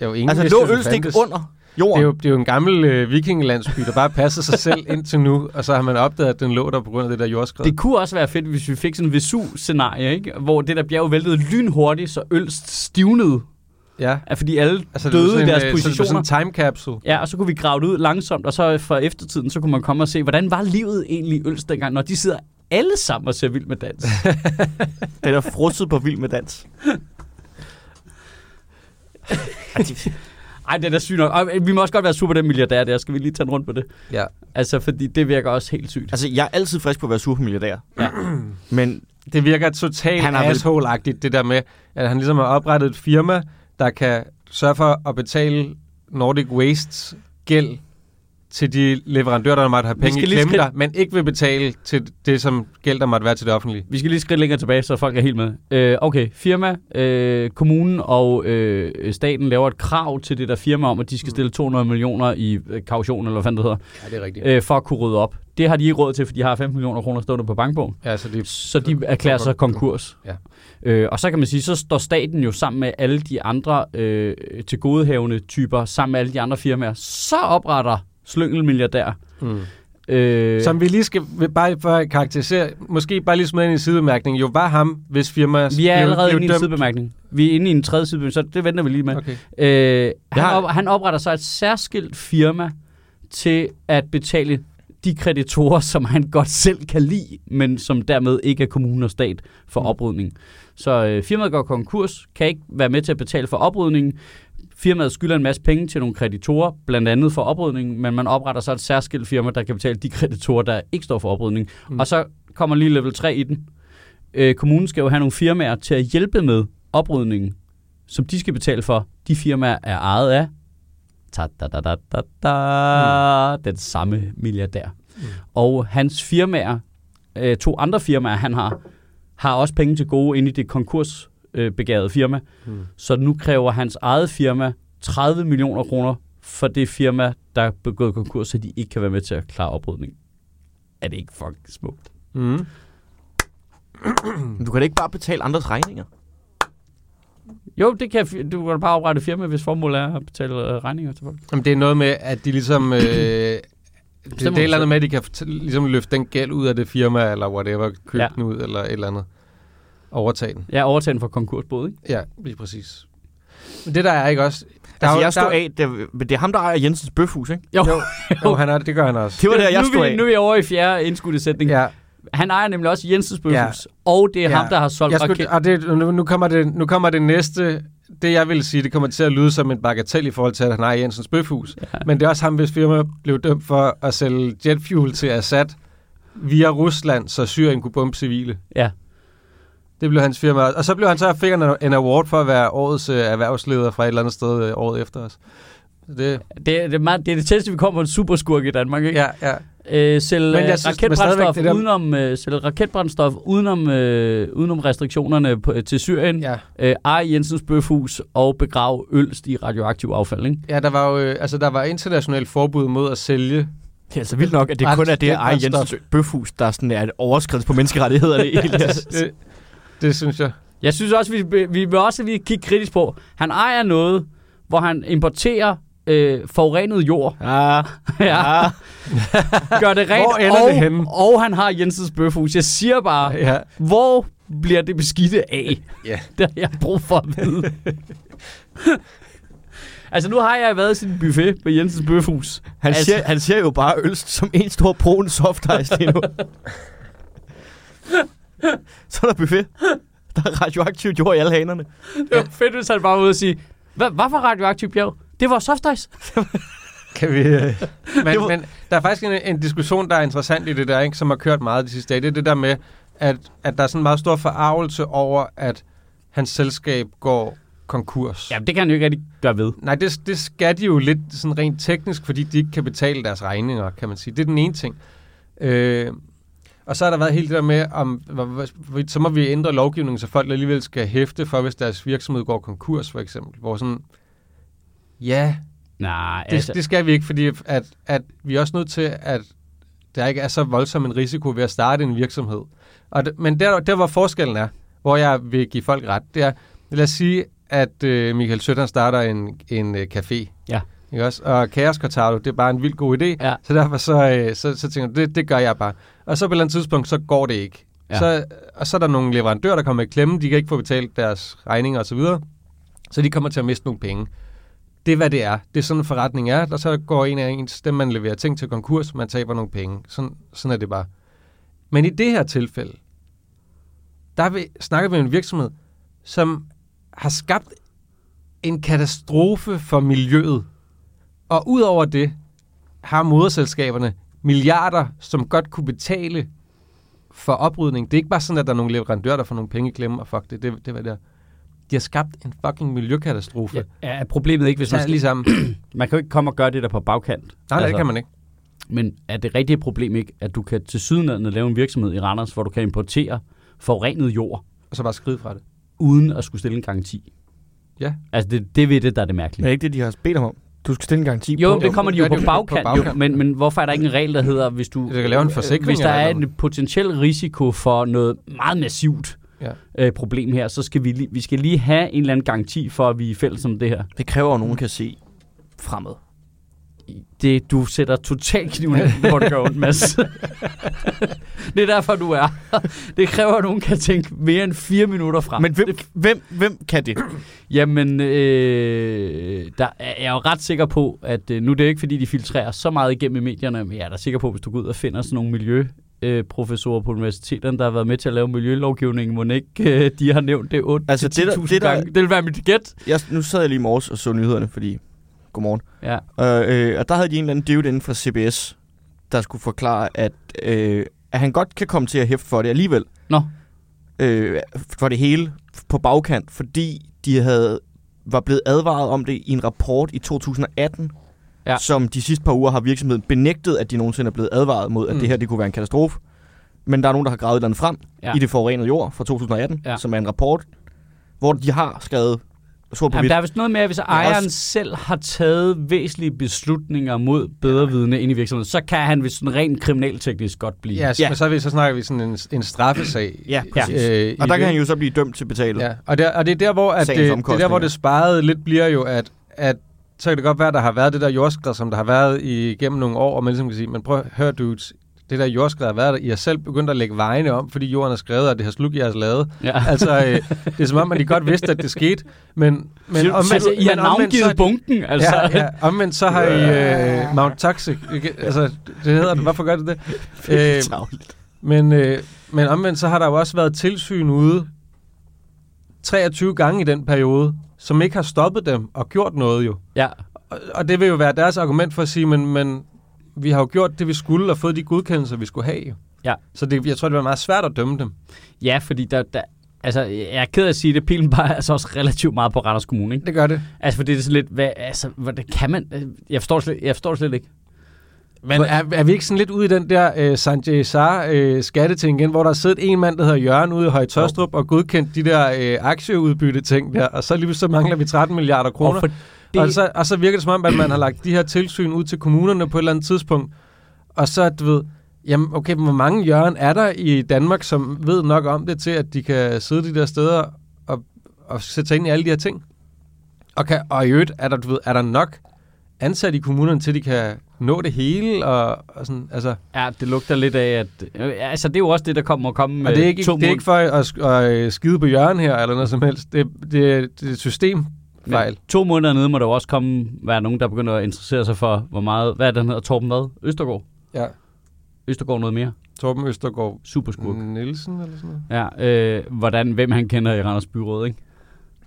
S2: jeg er jo ingen,
S3: Altså,
S2: hvis
S3: lå
S2: det
S3: Ølst ikke
S2: fandtes.
S3: under
S2: Det er,
S3: jorden?
S2: jo, det er jo en gammel øh, vikingelandsby, der bare passer sig selv indtil nu, og så har man opdaget, at den lå der på grund af det der jordskred.
S1: Det kunne også være fedt, hvis vi fik sådan en Vesu-scenarie, ikke? hvor det der bjerg væltede lynhurtigt, så Ølst stivnede,
S2: ja.
S1: at fordi alle altså,
S2: det er
S1: døde
S2: sådan
S1: i
S2: en,
S1: deres
S2: øh, Så det er
S1: positioner.
S2: sådan en time capsule.
S1: Ja, og så kunne vi grave det ud langsomt, og så fra eftertiden, så kunne man komme og se, hvordan var livet egentlig i Ølst dengang, når de sidder alle sammen og ser vild med
S2: (laughs)
S1: dans.
S3: Den er frosset på vild med dans.
S1: Ej, den er syg nok. Og øh, vi må også godt være super den milliardær der. Skal vi lige tage en rundt på det?
S2: Ja.
S1: Altså, fordi det virker også helt sygt.
S3: Altså, jeg er altid frisk på at være supermilliardær.
S1: Ja.
S3: Men
S2: Det virker totalt
S3: Han har vel-
S2: asshole-agtigt, det der med, at han ligesom har oprettet et firma, der kan sørge for at betale Nordic Wastes gæld til de leverandører, der måtte have
S1: Vi
S2: penge i
S1: skal lige
S2: klemme
S1: skridt-
S2: dig, men ikke vil betale til det, som gælder måtte være til det offentlige.
S1: Vi skal lige skridt længere tilbage, så folk er helt med. Øh, okay, firma, øh, kommunen og øh, staten laver et krav til det der firma om, at de skal stille 200 millioner i øh, kaution, eller hvad fanden det hedder,
S2: Ja, det er rigtigt.
S1: øh, for at kunne rydde op. Det har de ikke råd til, for de har 15 millioner kroner stående på bankbogen.
S2: Ja, så de,
S1: Så de erklærer sig konkurs.
S2: Ja.
S1: Øh, og så kan man sige, så står staten jo sammen med alle de andre øh, tilgodehavende typer, sammen med alle de andre firmaer. Så opretter slyngelmilliardær.
S2: mm.
S1: Øh,
S2: Som vi lige skal, vil bare for at karakterisere, måske bare lige smide ind i en sidebemærkning, jo var ham, hvis firma
S1: vi er allerede inde i en
S2: dømt.
S1: sidebemærkning. Vi er inde i en tredje sidebemærkning, så det venter vi lige med.
S2: Okay.
S1: Øh, han,
S2: har-
S1: op, han opretter så et særskilt firma til at betale de kreditorer, som han godt selv kan lide, men som dermed ikke er kommune og stat for oprydning. Så øh, firmaet går konkurs, kan ikke være med til at betale for oprydningen. Firmaet skylder en masse penge til nogle kreditorer, blandt andet for oprydningen, men man opretter så et særskilt firma, der kan betale de kreditorer, der ikke står for oprydningen.
S2: Mm.
S1: Mm. Og så kommer lige level 3 i den. Øh, kommunen skal jo have nogle firmaer til at hjælpe med oprydningen som de skal betale for, de firmaer er ejet af ta da da da da da, den samme milliardær.
S2: Mm.
S1: Og hans firmaer, øh, to andre firmaer han har, har også penge til gode inde i det konkursbegavede firma.
S2: Mm.
S1: Så nu kræver hans eget firma 30 millioner kroner for det firma, der er begået konkurs, så de ikke kan være med til at klare oprydning. Er det ikke fucking smukt?
S2: Mm.
S3: Men Du kan da ikke bare betale andres regninger.
S1: Jo, det kan, fi- du kan da bare oprette et firma, hvis formålet er at betale øh, regninger til folk.
S2: Jamen, det er noget med, at de ligesom... Øh, det, det er
S1: Bestemmer
S2: et eller
S1: selv.
S2: andet med, at de kan fortæ- ligesom løfte den gæld ud af det firma, eller whatever,
S1: Ja.
S2: købe ja. den ud, eller et eller andet. Overtage den.
S1: Jeg er overtaget for konkursbåde, ikke?
S2: Ja, lige præcis. Men det der er ikke også... Der
S3: Altså,
S2: er jo-
S3: jeg stod
S2: der,
S3: af, der, men det er ham, der ejer Jensens bøfhus, ikke?
S1: Jo,
S2: Jo, han er, det gør han også.
S3: Det var der, jeg
S1: nu,
S3: stod
S1: er vi,
S3: af.
S1: nu er vi over i fjerde indskudte sætning. Ja.
S2: Ja,
S1: Han ejer nemlig også Jensens bøfhus, ja. og det er ja.
S2: Ja.
S1: ham, der har solgt
S2: jeg
S1: raket.
S2: skulle, og det, nu, nu, kommer det, nu kommer det næste... Det, jeg vil sige, det kommer til at lyde som en bagatell i forhold til, at han ejer Jensens bøfhus. Ja. Men det er også ham, hvis firma blev dømt for at sælge jetfuel til Assad via Rusland, så Syrien kunne bombe civile.
S1: Ja.
S2: Det blev hans firma. Og så blev han så fik han en award for at være årets øh, erhvervsleder fra et eller andet sted øh, året efter os. Så Det,
S1: Det, det, er meget, det er det tætteste, vi kommer på en superskurk i Danmark, ikke?
S2: ja, ja.
S1: Ja. Øh, sælge
S2: Men jeg
S1: øh,
S2: synes, men
S1: raketbrændstof
S2: stadigvæk det der-
S1: udenom, øh, sælge raketbrændstof udenom, øh, udenom restriktionerne på, øh, til Syrien, ja.
S2: ja.
S1: øh, eje Jensens bøfhus og begrav ølst i radioaktiv affald, ikke?
S2: Ja, der var jo øh, altså, der var internationalt forbud mod at sælge.
S3: Det er altså vildt nok, at det kun er det at eje Jensens bøfhus, der sådan er et overskridelse på menneskerettighederne. i hele tiden.
S2: Altså, Det, det synes jeg.
S1: Jeg synes også, vi, vi vi vil også lige kigge kritisk på, han ejer noget, hvor han importerer øh, forurenet jord.
S3: ah,
S1: (laughs) ja.
S3: ah.
S1: (laughs) gør det rent,
S2: Hvor ender
S1: og,
S2: det henne?
S1: og han har Jensens bøfhus. Jeg siger bare,
S2: Ja.
S1: hvor bliver det beskidte af?
S2: Ja.
S1: (laughs) Det har jeg brug for at (laughs) vide. altså, nu har jeg været i sin buffet på Jensens bøfhus.
S3: Han,
S1: Altså-
S3: altså... ser, han ser jo bare ølst som en stor brun soft ice lige (laughs) nu. Så er der buffet. Der er radioaktivt jord i alle hanerne.
S1: Det var fedt, hvis han bare var ude og sige, hvad hvad for radioaktiv bjerg? Det var soft ice.
S2: Kan vi, øh. men,
S3: var-
S2: men der er faktisk en, en diskussion, der er interessant i det der, ikke, som har kørt meget de sidste dage. Det er det der med, at, at der er sådan en meget stor forarvelse over, at hans selskab går konkurs.
S1: Jamen, det kan han jo ikke rigtig gøre ved.
S2: Nej, det, det skal de jo lidt sådan rent teknisk, fordi de ikke kan betale deres regninger, kan man sige. Det er den ene ting. Øh, og så har der været helt det der med, om, hvor- hvor- så må vi ændre lovgivningen, så folk alligevel skal hæfte for, hvis deres virksomhed går konkurs, for eksempel. Hvor sådan, ja,
S1: Nej,
S2: det, altså. det skal vi ikke, fordi at, at vi er også nødt til, at der ikke er så voldsom en risiko ved at starte en virksomhed. Og det, men der, der, hvor forskellen er, hvor jeg vil give folk ret, det er, lad os sige, at øh, Michael Søtter starter en, en øh, café.
S1: Ja.
S2: Ikke også? Og Chaos Cortado, det er bare en vild god idé.
S1: Ja.
S2: Så derfor så, øh, så, så tænker jeg, det, det gør jeg bare. Og så på et eller andet tidspunkt, så går det ikke.
S1: Ja.
S2: Så, og så er der nogle leverandører, der kommer i klemme. De kan ikke få betalt deres regninger osv. Så, så de kommer til at miste nogle penge det er, hvad det er. Det er sådan, en forretning er. Og så går en af ens, dem man leverer ting til konkurs, man taber nogle penge. Sådan, sådan er det bare. Men i det her tilfælde, der har vi snakket med en virksomhed, som har skabt en katastrofe for miljøet. Og ud over det har moderselskaberne milliarder, som godt kunne betale for oprydning. Det er ikke bare sådan, at der er nogle leverandører, der får nogle penge i klemme, og fuck det, det, det var der. De har skabt en fucking miljøkatastrofe.
S1: Ja, er problemet ikke, hvis
S2: Så
S1: man
S2: er lige
S1: skal...
S2: sammen.
S1: Man kan jo ikke komme og gøre det der på bagkant.
S2: Nej, altså,
S1: Altså,
S2: det kan man ikke.
S1: Men er det rigtige problem ikke, at du kan til sydenlandet lave en virksomhed i Randers, hvor du kan importere forurenet jord,
S2: Og så bare skride fra det.
S1: uden at skulle stille en garanti?
S2: Ja.
S1: Altså, det, det er ved det, der er det mærkelige.
S3: Men er ikke det, de har bedt ham om? Du skal stille en garanti
S1: Jo,
S3: på.
S1: det kommer de jo
S2: Ja,
S1: på
S2: det er jo på
S1: bagkant, jo,
S2: bagkant.
S1: men, men hvorfor er der ikke en regel, der hedder, hvis du,
S2: Du kan lave en forsikring
S1: Øh, hvis der
S2: eller
S1: er
S2: noget.
S1: en potentiel risiko for noget meget massivt
S2: Ja.
S1: øh, problem her, så skal vi, lige- vi skal lige have en eller anden garanti for, at vi er fælles om det her.
S3: Det kræver, at nogen kan se fremad.
S1: Det, du sætter totalt kniven ind, hvor det gør ondt, Mads. det er derfor, du er her. Det kræver, at nogen kan tænke mere end fire minutter frem.
S3: Men hvem, hvem, hvem kan det?
S1: Jamen, øh, der er jeg er jo ret sikker på, at øh, nu er det jo ikke, fordi de filtrerer så meget igennem i medierne, men jeg er da sikker på, hvis du går ud og finder sådan nogle miljøprofessorer øh, professorer på universiteterne, der har været med til at lave miljølovgivningen, må ikke øh, de har nævnt det ondt
S3: Altså, det der- det der-
S1: gange. Det vil være mit gæt.
S3: Jeg, nu sad jeg lige i morges og så nyhederne, fordi... Godmorgen.
S1: Ja.
S3: Og, øh, og der havde de en eller anden dude inden fra CBS, der skulle forklare, at, øh, at han godt kan komme til at hæfte for det alligevel.
S1: Nå.
S3: Øh, for det hele på bagkant, fordi de havde var blevet advaret om det i en rapport i 2018,
S1: Ja.
S3: som de sidste par uger har virksomheden benægtet, at de nogensinde er blevet advaret mod, at
S2: Mm.
S3: det her det kunne være en katastrofe. Men der er nogen, der har gravet et eller andet frem
S1: Ja.
S3: ja. i det forurenede jord fra 2018,
S1: Ja.
S3: ja. som er en rapport, hvor de har skrevet sort på
S1: Jamen,
S3: hvidt.
S1: der er vist noget med, at hvis
S3: også-
S1: ejeren selv har taget væsentlige beslutninger mod bedrevidende ind i virksomheden, så kan han vist sådan rent kriminalteknisk godt blive.
S2: Ja, så,
S3: Ja.
S2: ja. Men så, er vi, så snakker vi sådan en, en straffesag.
S3: Ja, præcis.
S2: Øh,
S3: Og der kan han jo så blive dømt til betalet.
S2: Ja, og, der, og det er der, hvor, at det,
S3: Sagens
S2: det, er der,
S3: omkostninger.
S2: hvor det sparede lidt bliver jo, at, at så kan det godt være, at der har været det der jordskred, som der har været igennem nogle år, og man ligesom kan sige, men prøv at høre, dudes, det der jordskred har været der, I har selv begyndt at lægge vejene om, fordi jorden er skrevet, og det har slugt jeres lade.
S1: Ja.
S2: Altså, øh, det er som om, at de godt vidste, at det skete, men... men
S1: Men, omvendt, altså, I har
S2: men omvendt, så er
S1: navngivet
S2: de-
S1: bunken, altså.
S2: Ja, ja, omvendt så har I øh, Mount Toxic. ikke? Altså, det hedder det. Hvorfor gør det det? Øh, men, øh, men omvendt så har der jo også været tilsyn ude 23 gange i den periode, som ikke har stoppet dem og gjort noget jo.
S1: ja.
S2: Og, og det vil jo være deres argument for at sige, men, men vi har jo gjort det, vi skulle, og fået de godkendelser, vi skulle have jo.
S1: Ja.
S2: Så det, jeg tror, det var meget svært at dømme dem.
S1: Ja, fordi der, der, altså, jeg er ked af at sige det, pilen bare altså også relativt meget på Randers Kommune, ikke?
S2: Det gør det.
S1: Altså, for det er sådan lidt, hvad, altså, hvordan kan man? Jeg forstår det slet, jeg forstår det slet ikke.
S2: Men er, er vi ikke sådan lidt ude i den der øh, Sanjay Sar øh, skatteting igen, hvor der har siddet en mand, der hedder Jørgen ude i Høje Tørstrup og godkendt de der øh, aktieudbytte ting der, og så lige pludselig så mangler vi 13 milliarder kroner.
S1: Og for,
S2: Det... Og, så, og så virker det som om, at man har lagt de her tilsyn ud til kommunerne på et eller andet tidspunkt. Og så, du ved, jamen okay, men hvor mange hjørne er der i Danmark, som ved nok om det til, at de kan sidde de der steder og, og sætte sig ind i alle de her ting? Og, kan, og i øvrigt, er der, du ved, er der nok ansat i kommunerne til, at de kan nå det hele? Og, og sådan, altså,
S1: ja, det lugter lidt af, at... øh, Altså, det er jo også det, der kommer at komme
S2: og det er
S1: øh,
S2: ikke,
S1: to
S2: det er ikke for at, sk- at øh, skide på hjørnen her, eller noget som helst. Det, det, det er et
S1: Men
S2: systemfejl.
S1: To måneder nede må der jo også komme, være nogen, der begynder at interessere sig for, hvor meget... Hvad er den hedder? Torben hvad? Østergaard?
S2: Ja.
S1: Østergaard noget mere?
S2: Torben Østergaard
S1: Superskurk. Mm.
S2: Nielsen, eller sådan noget.
S1: Ja, øh, hvordan, hvem han kender i Randers Byråd, ikke?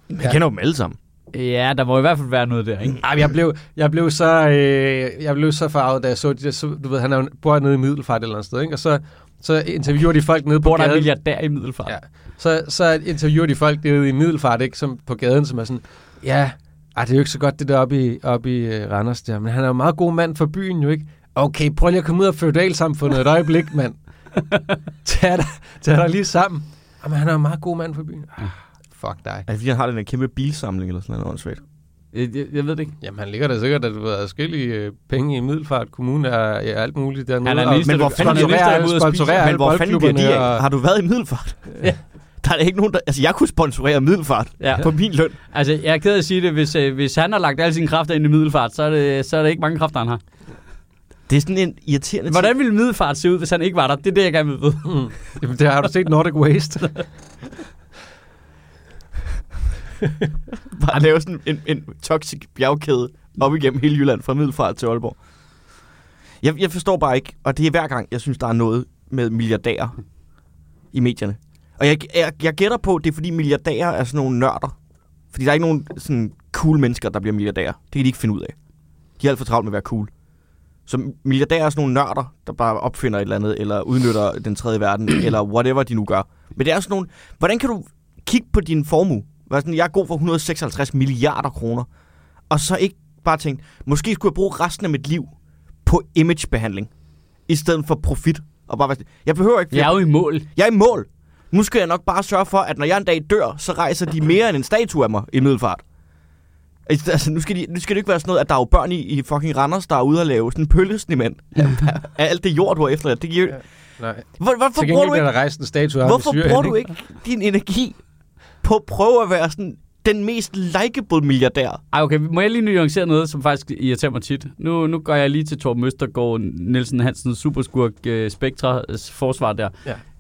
S3: Jeg kender dem alle sammen.
S1: Ja, der må i hvert fald være noget der, ikke?
S2: Ej, men jeg blev, jeg blev så, øh, jeg blev så farvet, da jeg så de der, så, du ved, han er, jo- bor nede i Middelfart et eller andet sted, ikke? Og så, så interviewer de folk nede på
S1: Bor der en
S2: gaden.
S1: milliardær i Middelfart?
S2: Ja. Så, så interviewer de folk nede i Middelfart, ikke? Som, på gaden, som er sådan, ja, ej, det er jo ikke så godt det der oppe i, oppe i øh, Randers der, men han er jo en meget god mand for byen jo, ikke? Okay, prøv lige at komme ud af feudalsamfundet et øjeblik, mand. (laughs) tag, dig, tag dig lige sammen. Jamen, han er jo en meget god mand for byen. Ah, fuck dig.
S3: Er det Altså, fordi, han har den der kæmpe bilsamling eller sådan noget åndssvagt?
S1: Øh, Jeg, jeg ved det ikke.
S2: Jamen, han ligger da sikkert, at der er forskellige øh, penge i Middelfart Kommune er ja, alt muligt dernede.
S1: Han er
S2: og-
S1: næste,
S2: men
S1: der-
S2: hvor
S1: han er
S2: fanden
S1: næste, der er ude
S2: sponsorerer,
S1: at spise.
S2: sponsorerer
S3: Men
S2: alle
S3: hvor fanden bliver de
S2: boldklubberne?
S3: af?
S2: Og,
S3: Har du været i Middelfart?
S1: Ja.
S3: Der er da ikke nogen, der... Altså, jeg kunne sponsorere Middelfart
S1: Ja.
S3: ja. på min løn.
S1: Altså, jeg er ked af at sige det. Hvis, øh, hvis han har lagt alle sine kræfter ind i middelfart, så er det, så er det ikke mange kræfter, han har.
S3: Det er sådan en irriterende ting.
S1: Hvordan ville middelfart se ud, hvis han ikke var der? Det er det, jeg gerne vil vide.
S2: mm. (laughs) Jamen, det har du set Nordic Waste.
S3: Bare lave sådan en, en toxic bjergkæde op igennem hele Jylland fra Middelfart til Aalborg. Jeg, jeg forstår bare ikke, og det er hver gang, jeg synes, der er noget med milliardærer i medierne. Og jeg, jeg, jeg gætter på, det er fordi milliardærer er sådan nogle nørder. Fordi der er ikke nogen sådan cool mennesker, der bliver milliardærer. Det kan de ikke finde ud af. De er alt for travlt med at være cool. Så milliardærer er sådan nogle nørder, der bare opfinder et eller andet, eller udnytter den tredje verden, (clears throat) eller whatever de nu gør. Men det er sådan nogle... Hvordan kan du kigge på din formue? Være sådan, jeg er god for 156 milliarder kroner. Og så ikke bare tænke, måske skulle jeg bruge resten af mit liv på imagebehandling, i stedet for profit. Og bare være sådan, jeg behøver ikke flere
S1: Jeg er jo i mål.
S3: jeg er i mål. Nu skal jeg nok bare sørge for, at når jeg en dag dør, så rejser de mere end en statue af mig i middelfart. Altså, nu skal, de, nu skal det ikke være sådan noget, at der er jo børn i, i fucking Randers, der er ude og lave sådan en pøllesniment (laughs) af, af alt det jord, du har efterladt. Det giver,
S2: Ja. Nej.
S3: hvor,
S2: Til
S3: hvorfor bruger
S2: gengæld
S3: du
S2: bliver
S3: ikke,
S2: der rejst en statue af ham i
S3: hvorfor
S2: Syrien,
S3: bruger du ikke din energi på at prøve at være sådan den mest likeable milliardær?
S1: Ej, okay, må jeg lige nuancere noget, som faktisk irriterer mig tit? Nu, nu går jeg lige til Torben Østergaard, Nielsen Hansens superskurk øh, Spektra øh, forsvar der.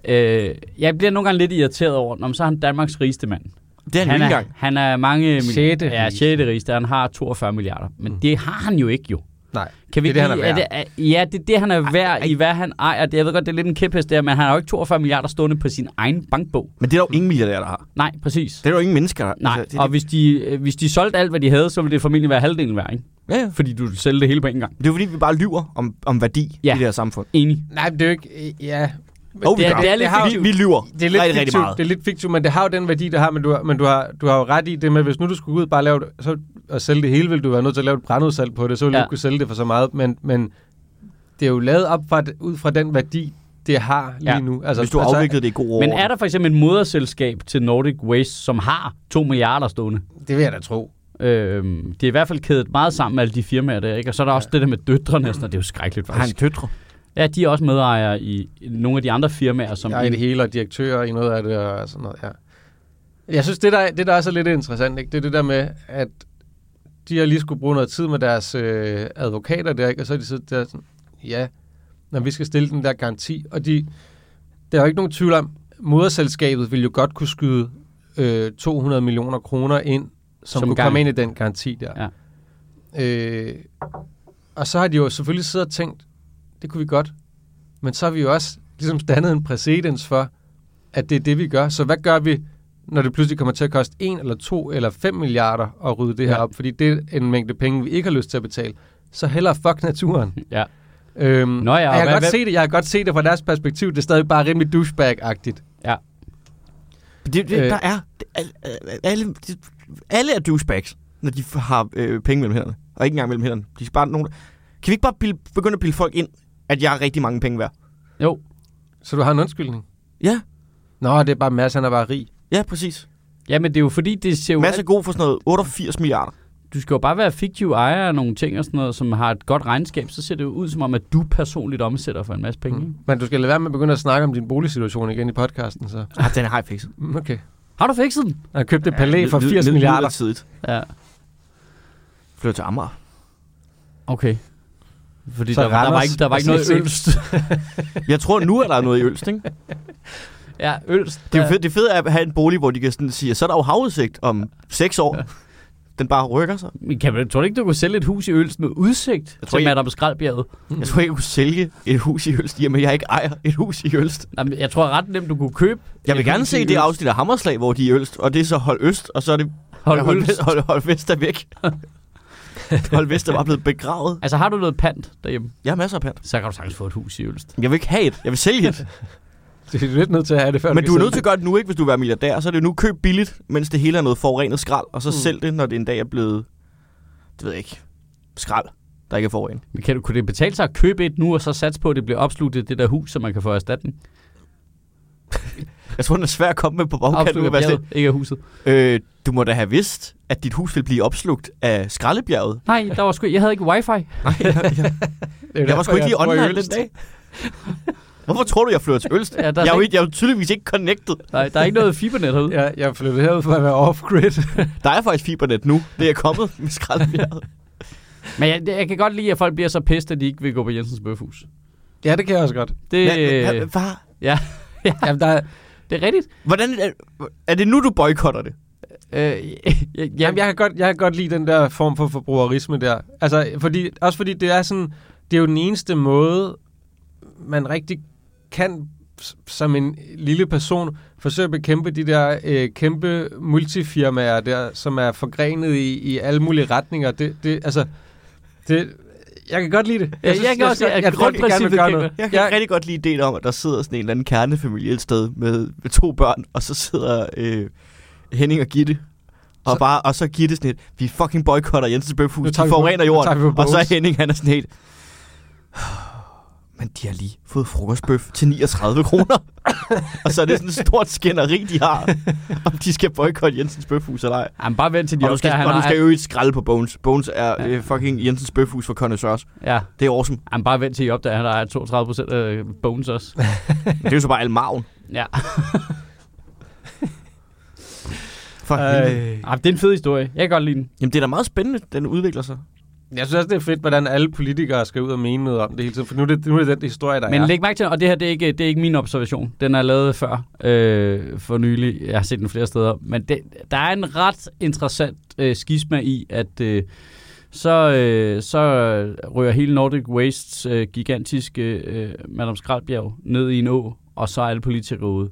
S2: Ja.
S1: Øh, jeg bliver nogle gange lidt irriteret over, når så er han Danmarks rigeste mand.
S3: Det er han,
S1: han,
S3: ikke
S1: er,
S3: engang.
S1: han er mange milliarder.
S2: Sjette
S1: ja,
S2: rigeste.
S1: sjette rigeste. Han har 42 milliarder. Men mm. det har han jo ikke, jo.
S2: Nej,
S1: Kan vi
S2: det er det,
S1: ikke
S2: han er
S1: lige- det, ja, det er det, han er værd
S3: ej.
S1: i, hvad han ejer. Det- Jeg ved godt, det er lidt en kæphest der, men han har jo ikke 42 milliarder stående på sin egen bankbog.
S3: Men det er der jo ingen milliardær, der har.
S1: Nej, præcis.
S3: Det er der jo ingen mennesker, der
S1: Nej,
S3: altså, det,
S1: og hvis de, øh, hvis de solgte alt, hvad de havde, så ville det formentlig være halvdelen værd, ikke?
S3: ja, ja.
S1: Fordi du sælger det hele på en gang.
S3: det er jo fordi, vi bare lyver om, om værdi
S1: Ja.
S3: ja. i det her samfund.
S1: Enig.
S2: Nej, men det er jo ikke... øh, Ja.
S3: Jo, vi
S1: det er-
S3: gør.
S1: det er lidt
S2: har,
S1: fordi-
S3: vi, vi lyver
S2: det er lidt
S3: rigtig, rigtig
S2: fiktivt,
S3: meget.
S2: Det er lidt fiktivt, men det har jo den værdi, det har, men du, har- men du har, du har jo ret i det med, at hvis nu du skulle ud og bare lave det, så, og sælge det hele, ville du være nødt til at lave et brandudsalg på det, så ville
S1: Ja.
S2: ja. du ikke kunne sælge det for så meget, men, men det er jo lavet op fra, ud fra den værdi, det har lige
S1: Ja.
S2: nu. Altså,
S3: Hvis du har
S2: altså,
S3: afviklet det i god orden.
S1: Men er der for eksempel et moderselskab til Nordic Waste, som har 2 milliarder stående?
S2: Det vil jeg da tro.
S1: Øhm, det er i hvert fald kædet meget sammen med alle de firmaer der, ikke? Og så er der også det der med døtrene, og sådan, noget. det er jo skrækkeligt
S3: Har han
S1: faktisk.
S3: døtre?
S1: Ja, de er også medejere i nogle af de andre firmaer, som...
S2: Jeg er i det hele, og direktører i noget af det, og sådan noget, ja. Jeg synes, det der, det der også er lidt interessant, ikke? det er det der med, at de har lige skulle bruge noget tid med deres øh, advokater der, ikke? og så er de siddet der sådan, ja, når vi skal stille den der garanti, og de, der er jo ikke nogen tvivl om, moderselskabet ville jo godt kunne skyde øh, 200 millioner kroner ind, som,
S1: Som
S2: som
S1: gar-
S2: kunne komme ind i den garanti der. Ja. Øh, og så har de jo selvfølgelig siddet og tænkt, det kunne vi godt, men så har vi jo også ligesom dannet en præcedens for, at det er det, vi gør. Så hvad gør vi, når det pludselig kommer til at koste 1 eller 2 eller 5 milliarder at rydde det her
S1: Ja.
S2: op, fordi det er en mængde penge, vi ikke har lyst til at betale, så heller fuck naturen.
S1: Ja.
S2: Øhm,
S1: Nå ja, og
S2: og jeg,
S1: hvad-
S2: kan godt
S1: hvad-
S2: se det, jeg kan godt se det fra deres perspektiv. Det er stadig bare rimelig douchebag-agtigt.
S3: Det, det,
S2: Øh.
S3: øh. der er, det, al- al- alle, de, alle er douchebags, når de f- har øh, penge mellem hænderne. Og ikke engang mellem hænderne. De skal bare nogen, kan vi ikke bare bilde, begynde at bilde folk ind, at jeg har rigtig mange penge værd?
S1: Jo,
S2: Så du har en undskyldning?
S3: Ja,
S2: Nå, det er bare Mads, han er bare rig.
S3: ja præcis.
S1: ja, men det er jo fordi, det ser jo...
S3: Masser er god for sådan noget 88 milliarder.
S1: du skal jo bare være fiktiv ejer af nogle ting og sådan noget, som har et godt regnskab, så ser det jo ud som om, at du personligt omsætter for en masse penge. Mm.
S2: Men du skal lade være med at begynde at snakke om din boligsituation igen i podcasten, så.
S3: Ah, den har jeg fikset.
S2: Mm, Okay.
S1: Har du fikset den?
S2: Jeg købte et palæ for
S3: Mid-
S2: 80
S3: mid-
S2: milliarder.
S3: Midlertidigt.
S1: Ja,
S3: Flytter til Amager.
S1: okay. Fordi
S2: Så
S1: der, var- der, var
S2: Randers-
S1: ikke, der var ikke noget
S2: altså,
S1: ølst.
S3: Jeg tror, nu er der noget i Ølst, ikke?
S1: ja, ølst.
S3: Det er
S1: der-
S3: jo fedt, det er fedt at have en bolig, hvor de kan sådan sige, så er der jo havudsigt om 6 år. Den bare rykker sig.
S1: Men kan man, tror du ikke, du kunne sælge et hus i Ølst med udsigt jeg
S3: Jeg
S1: tror,
S3: tror,
S1: til
S3: jeg-
S1: Madame Skraldbjerget?
S3: Jeg tror ikke, jeg kunne sælge et hus i Ølst, i og med at jeg ikke ejer et hus i Ølst.
S1: Jamen, jeg tror ret nemt, du kunne købe...
S3: Jeg vil
S1: et
S3: gerne
S1: hus i
S3: se det
S1: Ølst.
S3: afsnit af Hammerslag, hvor de er i Ølst, og det er så Hold Øst, og så er det
S1: Hold
S3: hold,
S1: Ølst.
S3: vest, hold, hold Vest er væk. hold Vest er bare blevet begravet.
S1: Altså, har du noget pant derhjemme,
S3: Jeg har masser af pant.
S1: så kan du sagtens få et hus i Ølst.
S3: Jeg vil ikke have et. Jeg vil sælge et.
S2: Du er lidt nødt til at have det, før
S3: Men
S2: kan
S3: du er
S2: sælge
S3: nødt til at gøre det nu, ikke, hvis du vil være milliardær. Så er det jo nu køb billigt, mens det hele er noget forurenet skrald, og så
S2: Mm.
S3: mm. sælg det, når det en dag er blevet, det ved jeg ikke, skrald, der ikke er forurenet.
S1: Men kan du, kunne det betale sig at købe et nu, og så satse på, at det bliver opslugt i det der hus, så man kan få erstatning?
S3: Jeg tror, den er svær at komme med på bagkanten.
S1: Opslugt
S3: nu,
S1: af
S3: hvad jeg siger.
S1: bjerget, ikke af huset.
S3: Øh, du må da have vidst, at dit hus vil blive opslugt af skraldebjerget.
S1: Nej, der var sgu, jeg havde ikke wifi.
S3: Nej, jeg, jeg,
S2: Det er jo
S3: Jeg var
S2: derfor,
S3: sgu ikke lige
S2: bor i
S3: online den
S2: Ølst.
S3: dag. (laughs) Hvorfor tror du, jeg flytter til Ølst?
S1: Ja, der er
S3: jeg, er jo
S1: ikke-
S3: ikke, jeg er jo tydeligvis ikke connected.
S1: Nej, der er ikke noget fibernet
S3: (laughs)
S1: herude.
S2: Ja, jeg flyttede herud for at være off-grid.
S3: Der er faktisk fibernet nu. Det er kommet med
S2: (laughs)
S3: skraldebjerget.
S1: Men jeg, jeg kan godt lide, at folk bliver så pissed, at de ikke vil gå på Jensens Bøfhus.
S2: ja, det kan jeg også godt.
S1: Det,
S3: Men, hva-
S1: øh,
S3: hva-
S2: Jamen, der, er-
S1: det er rigtigt.
S3: Hvordan er, er det nu, du boykotter det?
S1: Øh, jeg,
S2: jamen,
S1: jeg,
S2: jeg, kan godt, jeg kan godt lide den der form for forbrugerisme der. Altså, fordi, også fordi det er sådan, det er jo den eneste måde, man rigtig kan s- som en lille person forsøge at bekæmpe de der øh, kæmpe multifirmaer der, som er forgrenet i, i alle mulige retninger. Det, det, altså, det, jeg kan godt lide det.
S1: jeg kan også- jeg kan godt
S2: rigtig
S1: princippet kender.
S3: Jeg kan
S2: Jeg-
S3: ja. rigtig godt lide ideen om, at der sidder sådan en eller anden kernefamilie et sted med, med to børn, og så sidder øh, Henning og Gitte. Og,
S2: Så-
S3: så, bare, og så Gitte sådan et, vi fucking boykotter Jensens
S2: Nu
S3: Bøfhus,
S2: tager
S3: de
S2: vi på-
S3: forurener
S2: nu tager vi
S3: jorden.
S2: på
S3: Og så er
S2: Bones.
S3: Henning, han er sådan helt, men de har lige fået frokostbøf til 39 kroner. og så er det sådan et stort skænderi, de har, om de skal boykotte Jensens Bøfhus eller ej.
S1: (laughs) Jamen, bare vent til de
S3: Og du skal,
S1: opdager, han
S3: og du
S1: har-
S3: skal jo ikke skralde på Bones. Bones er øh, fucking Jensens Bøfhus for connoisseurs.
S1: Ja,
S3: Det er awesome.
S1: jamen, bare vent til I opdager, han har 32 procent af bones
S3: (laughs)
S1: også.
S3: Det er jo så bare almarven.
S1: Ja.
S3: For helvede.
S1: Ej, det er en fed historie. Jeg kan godt lide den.
S3: Jamen, det er da meget spændende, den udvikler sig.
S2: Jeg synes også, det er fedt, hvordan alle politikere skal ud og mene noget om det hele tiden. For nu er det, nu er det den historie, der
S1: Men
S2: er.
S1: læg mærke til, og det her det er, ikke, det er ikke min observation. Den er lavet før øh, for nylig. Jeg har set den flere steder. Men det, der er en ret interessant øh, skisma i, at øh, så, øh, så rører hele Nordic Wastes øh, gigantiske øh, Madame Skraldbjerg ned i en å, og så er alle politikere ude.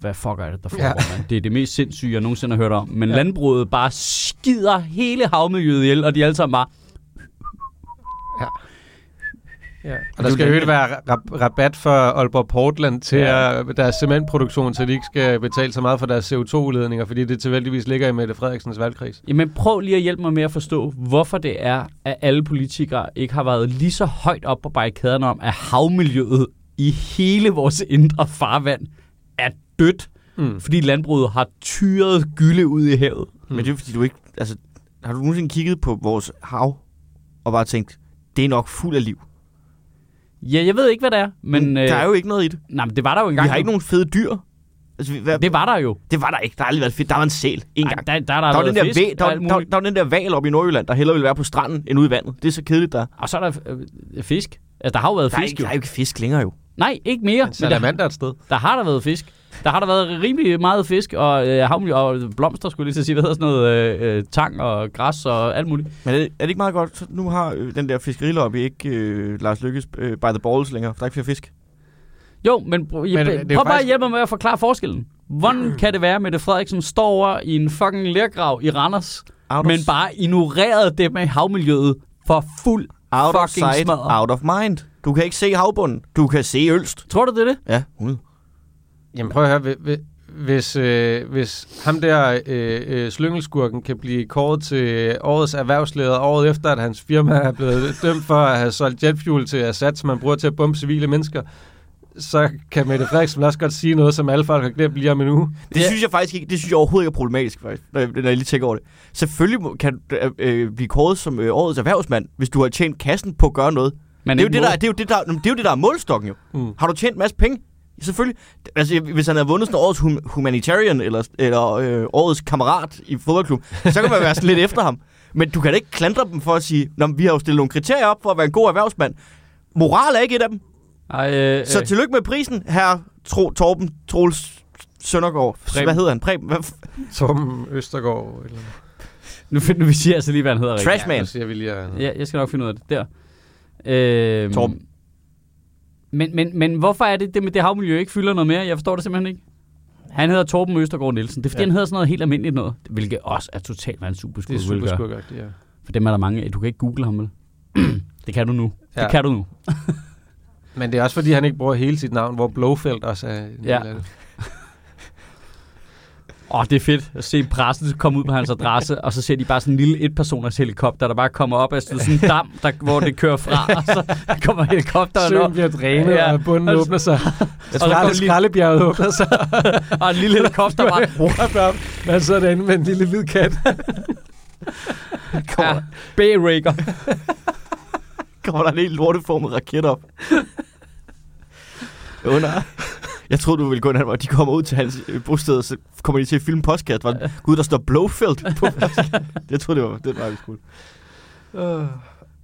S1: Hvad fuck er det, der foregår, ja. Det er det mest sindssyge, jeg nogensinde har hørt om. Men ja. landbruget bare skider hele havmiljøet ihjel, og de alle sammen bare...
S2: Ja. Og der skal jo ikke være ra- rabat for Aalborg Portland til
S1: Ja.
S2: ja. deres cementproduktion, så de ikke skal betale så meget for deres CO2-udledninger, fordi det tilfældigvis ligger i Mette Frederiksens valgkreds.
S1: Jamen prøv lige at hjælpe mig med at forstå, hvorfor det er, at alle politikere ikke har været lige så højt op på barrikaderne om, at havmiljøet i hele vores indre farvand er dødt,
S2: Mm.
S1: fordi landbruget har tyret gylde ud i havet.
S3: Mm. Men det er fordi, du ikke... Altså, har du nogensinde kigget på vores hav og bare tænkt, det er nok fuld af liv?
S1: Ja, jeg ved ikke, hvad det er, men...
S3: Men, øh, der er jo ikke noget i det.
S1: Nej, men det var der jo engang.
S3: Vi har ikke nogen fede dyr. Altså, vi, hvad, det,
S1: Det var der jo.
S3: det, var der ikke. Der har aldrig været fedt. Der var en sæl. En
S1: Ej,
S3: gang.
S1: der, der, der,
S3: Der var, den der,
S1: fisk,
S3: væ, der,
S1: og,
S3: var-
S1: alt
S3: der,
S1: muligt.
S3: der, var den der val oppe i Nordjylland, der hellere ville være på stranden end ude i vandet. Det er så kedeligt, der. er.
S1: og så er der øh, fisk. Altså, der har jo været
S3: Der er,
S1: fisk,
S3: ikke,
S1: jo.
S3: der er jo ikke fisk længere, jo.
S1: Nej, ikke mere.
S2: Men
S1: Men der,
S2: salamander et sted.
S1: Der har der været fisk. Der har der været rimelig meget fisk, og, øh, havmiljø, og blomster, skulle jeg lige til at sige. Hvad hedder sådan noget? Øh, øh, tang og græs og alt muligt.
S3: Men er det, er det ikke meget godt? Så nu har øh, den der fiskerilobby ikke øh, Lars Lykkes øh, by the balls længere, for der er ikke flere fisk.
S1: Jo, men, br-
S2: det er
S1: men prøv bare
S2: faktisk-
S1: at hjælpe mig med at forklare forskellen. Hvordan kan det være, at Mette Frederiksen står over i en fucking lærgrav i Randers,
S3: Out
S1: men bare ignorerede det med havmiljøet for fuld
S3: out of
S1: fucking
S3: sight,
S1: smadret?
S3: out of mind. Du kan ikke se havbunden. Du kan se ølst.
S1: Tror du, det er det?
S3: Ja, 100.
S2: Jamen prøv at høre, hvi- hvi- hvis, øh, hvis ham der øh, øh, slyngelskurken kan blive kåret til årets erhvervsleder året efter, at hans firma er blevet (laughs) dømt for at have solgt jetfuel til Assad, som man bruger til at bombe civile mennesker, så kan Mette Frederiksen vel også godt sige noget, som alle folk har glemt lige om en uge.
S3: Det synes jeg faktisk ikke, det synes jeg overhovedet ikke er problematisk, faktisk, når jeg, når jeg lige tænker over det. Selvfølgelig må- kan du øh, øh, blive kåret som øh, årets erhvervsmand, hvis du har tjent kassen på at gøre noget.
S1: Men
S3: Men det, er jo
S1: ikke
S3: det, der,
S1: må-
S3: er- det, er jo det, der, jamen, det er jo det, der er målstokken jo.
S2: Mm.
S3: Mm. Har du tjent en masse penge? Selvfølgelig. Altså, hvis han havde vundet sådan årets hum- humanitarian, eller, eller øh, årets kammerat i fodboldklub, så kan man være sådan lidt efter ham. Men du kan da ikke klandre dem for at sige, Nå, men vi har jo stillet nogle kriterier op for at være en god erhvervsmand. Moral er ikke et af dem.
S1: Ej, øh,
S3: Så
S1: øh,
S3: tillykke med prisen, her Tro, Torben Troels Søndergaard.
S1: Preben.
S3: Hvad hedder han? Preben? Hvad f-
S2: Tom Østergaard, eller
S1: nu finder vi siger altså lige, hvad han hedder. rigtigt.
S3: Trashman.
S2: hvad siger vi lige? Ja.
S1: Ja, jeg skal nok finde ud af det der. Øhm,
S3: Torben.
S1: Men, men, men hvorfor er det, det med det havmiljø ikke fylder noget mere? Jeg forstår det simpelthen ikke. Han hedder Torben Østergaard Nielsen. Det er fordi, ja.
S2: Ja.
S1: han hedder sådan noget helt almindeligt noget. Hvilket også er totalt hvad en
S2: Det
S1: superskurk
S2: er
S1: vil
S2: super
S1: gøre.
S2: skurkagtigt, ja.
S1: For dem er der mange af. Du kan ikke google ham, vel? (clears throat) det kan du nu. Ja.
S2: Ja.
S1: Det kan du nu.
S2: Men det er også, fordi han ikke bruger hele sit navn, hvor Blofeld også er en
S1: Ja.
S2: del af det.
S1: Åh, det er fedt at se pressen komme ud på hans adresse, og så ser de bare sådan en lille etpersoners helikopter, der bare kommer op af sådan en dam, der, hvor det kører fra, og så kommer helikopteren op.
S2: Søen bliver drænet,
S1: Ja.
S2: ja. og bunden
S1: Og-
S2: åbner sig. Jeg tror,
S1: der
S2: at
S1: kom
S2: det
S1: lige- (laughs)
S2: skraldebjerget åbner sig.
S1: Og en lille helikopter
S2: (laughs)
S1: bare...
S2: What up? Man sidder derinde med en lille hvid kat.
S1: Ja, Bayraker.
S3: kommer der en helt lorteformet raket op. Under. Jeg troede, du ville gå ind, og de kommer ud til hans øh, bosted, og så kommer de til at filme postkast. Var det, Gud, der står Blowfield på postkassen." Jeg troede, det var det var cool.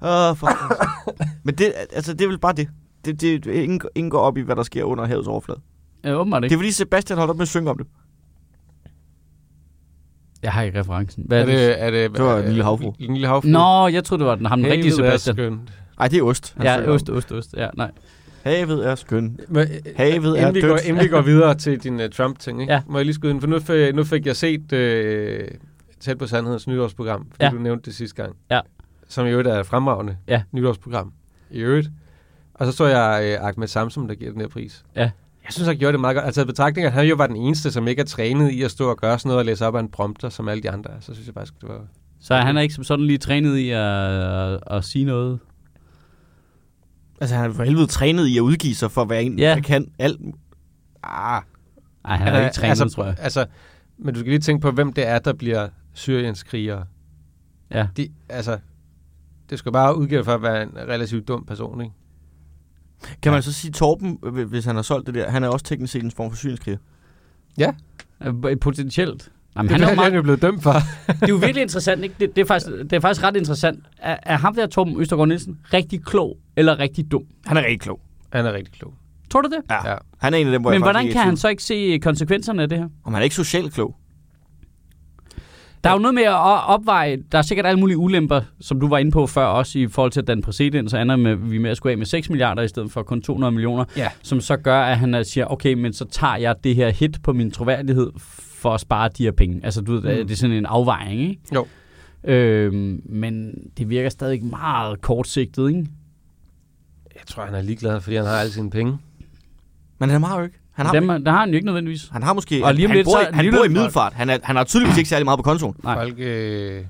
S3: Åh, for fanden. Men det, altså, det er vel bare det. Det, det, det ingen, ingen går op i, hvad der sker under havets overflade.
S1: Ja, åbenbart
S3: Det
S1: ikke.
S3: er fordi Sebastian holdt op med at synge om det.
S1: Jeg har ikke referencen. Hvad er det?
S2: er det,
S3: Det var en lille havfrue.
S2: En lille havfru.
S1: Nå, jeg troede, det var den, ham den rigtige Sebastian.
S2: skønt.
S3: Nej, det er ost. han synger
S1: Ja,
S3: om.
S1: øst, øst, øst. Ja, nej.
S3: Havet er skønt.
S2: Men,
S3: Havet er
S2: inden, vi går,
S3: dødt.
S2: inden vi går videre til din uh, Trump-ting, ikke?
S1: Ja.
S2: Ja. må jeg lige skyde ind, for nu, fik- nu fik jeg set uh, Tæt på Sandhedens nytårsprogram, fordi
S1: Ja.
S2: ja. du nævnte det sidste gang,
S1: Ja.
S2: som i øvrigt er et fremragende
S1: Ja.
S2: nytårsprogram i øvrigt. Og så så jeg uh, Ahmed Samsom, der giver den her pris.
S1: Ja.
S2: Jeg synes, han gjorde det meget godt. Altså i betragtning, af, at han jo var den eneste, som ikke er trænet i at stå og gøre sådan noget og læse op af en prompter, som alle de andre er, så synes jeg faktisk, det var...
S1: Så han er ikke som sådan lige trænet i at, at, at sige noget.
S3: Altså, han er for helvede trænet i at udgive sig for at være en,
S1: Ja.
S3: ja. der kan alt. Ah,
S1: Nej, han er ikke trænet,
S2: altså,
S1: tror jeg.
S2: Altså, men du skal lige tænke på, hvem det er, der bliver Syriens krigere.
S1: Ja.
S2: De, altså, det skal bare udgive for at være en relativt dum person, ikke?
S3: kan man så sige Torben, øh, hvis han har solgt det der, han er også teknisk set en form for syrienskriger.
S1: Øh, Potentielt. Jamen,
S2: Det
S1: han er jo meget,
S2: han jo blevet dømt for.
S1: det er jo virkelig interessant, ikke? Det, det, er faktisk, det er faktisk ret interessant. Er, er ham der, Torben Østergaard Nielsen, rigtig klog eller rigtig dum?
S3: Han er rigtig klog.
S2: Han er rigtig klog.
S1: Tror du det?
S3: Ja.
S2: Ja.
S3: ja. Han er en af dem, hvor
S1: Men
S3: jeg faktisk
S1: hvordan
S3: ikke
S1: kan
S3: er i
S1: han
S3: tvivl.
S1: så ikke se konsekvenserne af det her?
S3: Om han er ikke socialt klog.
S1: Der er jo noget med at o- opveje, der er sikkert alle mulige ulemper, som du var inde på før, også i forhold til den præcedens, så ender med, vi med at skulle af med 6 milliarder i stedet for kun 200 millioner,
S2: Ja.
S1: som så gør, at han øh, siger, okay, men så tager jeg det her hit på min troværdighed for at spare de her penge. Altså, du ved, mm. det er sådan en afvejning, ikke?
S2: Jo.
S1: Øhm, men det virker stadig meget kortsigtet, ikke?
S2: Jeg tror, han er ligeglad, fordi han har alle sine penge.
S3: Men han har jo ikke. Han har,
S1: Dem, der har han jo ikke nødvendigvis.
S3: han har måske...
S1: Og lige om
S3: han,
S1: lidt,
S3: bor,
S1: så-
S3: i- han
S1: lige
S3: bor i
S1: lidt-
S3: middelfart. Han, er, han har tydeligvis ikke særlig meget på kontoen.
S1: Nej.
S2: Nej. Folk, øh,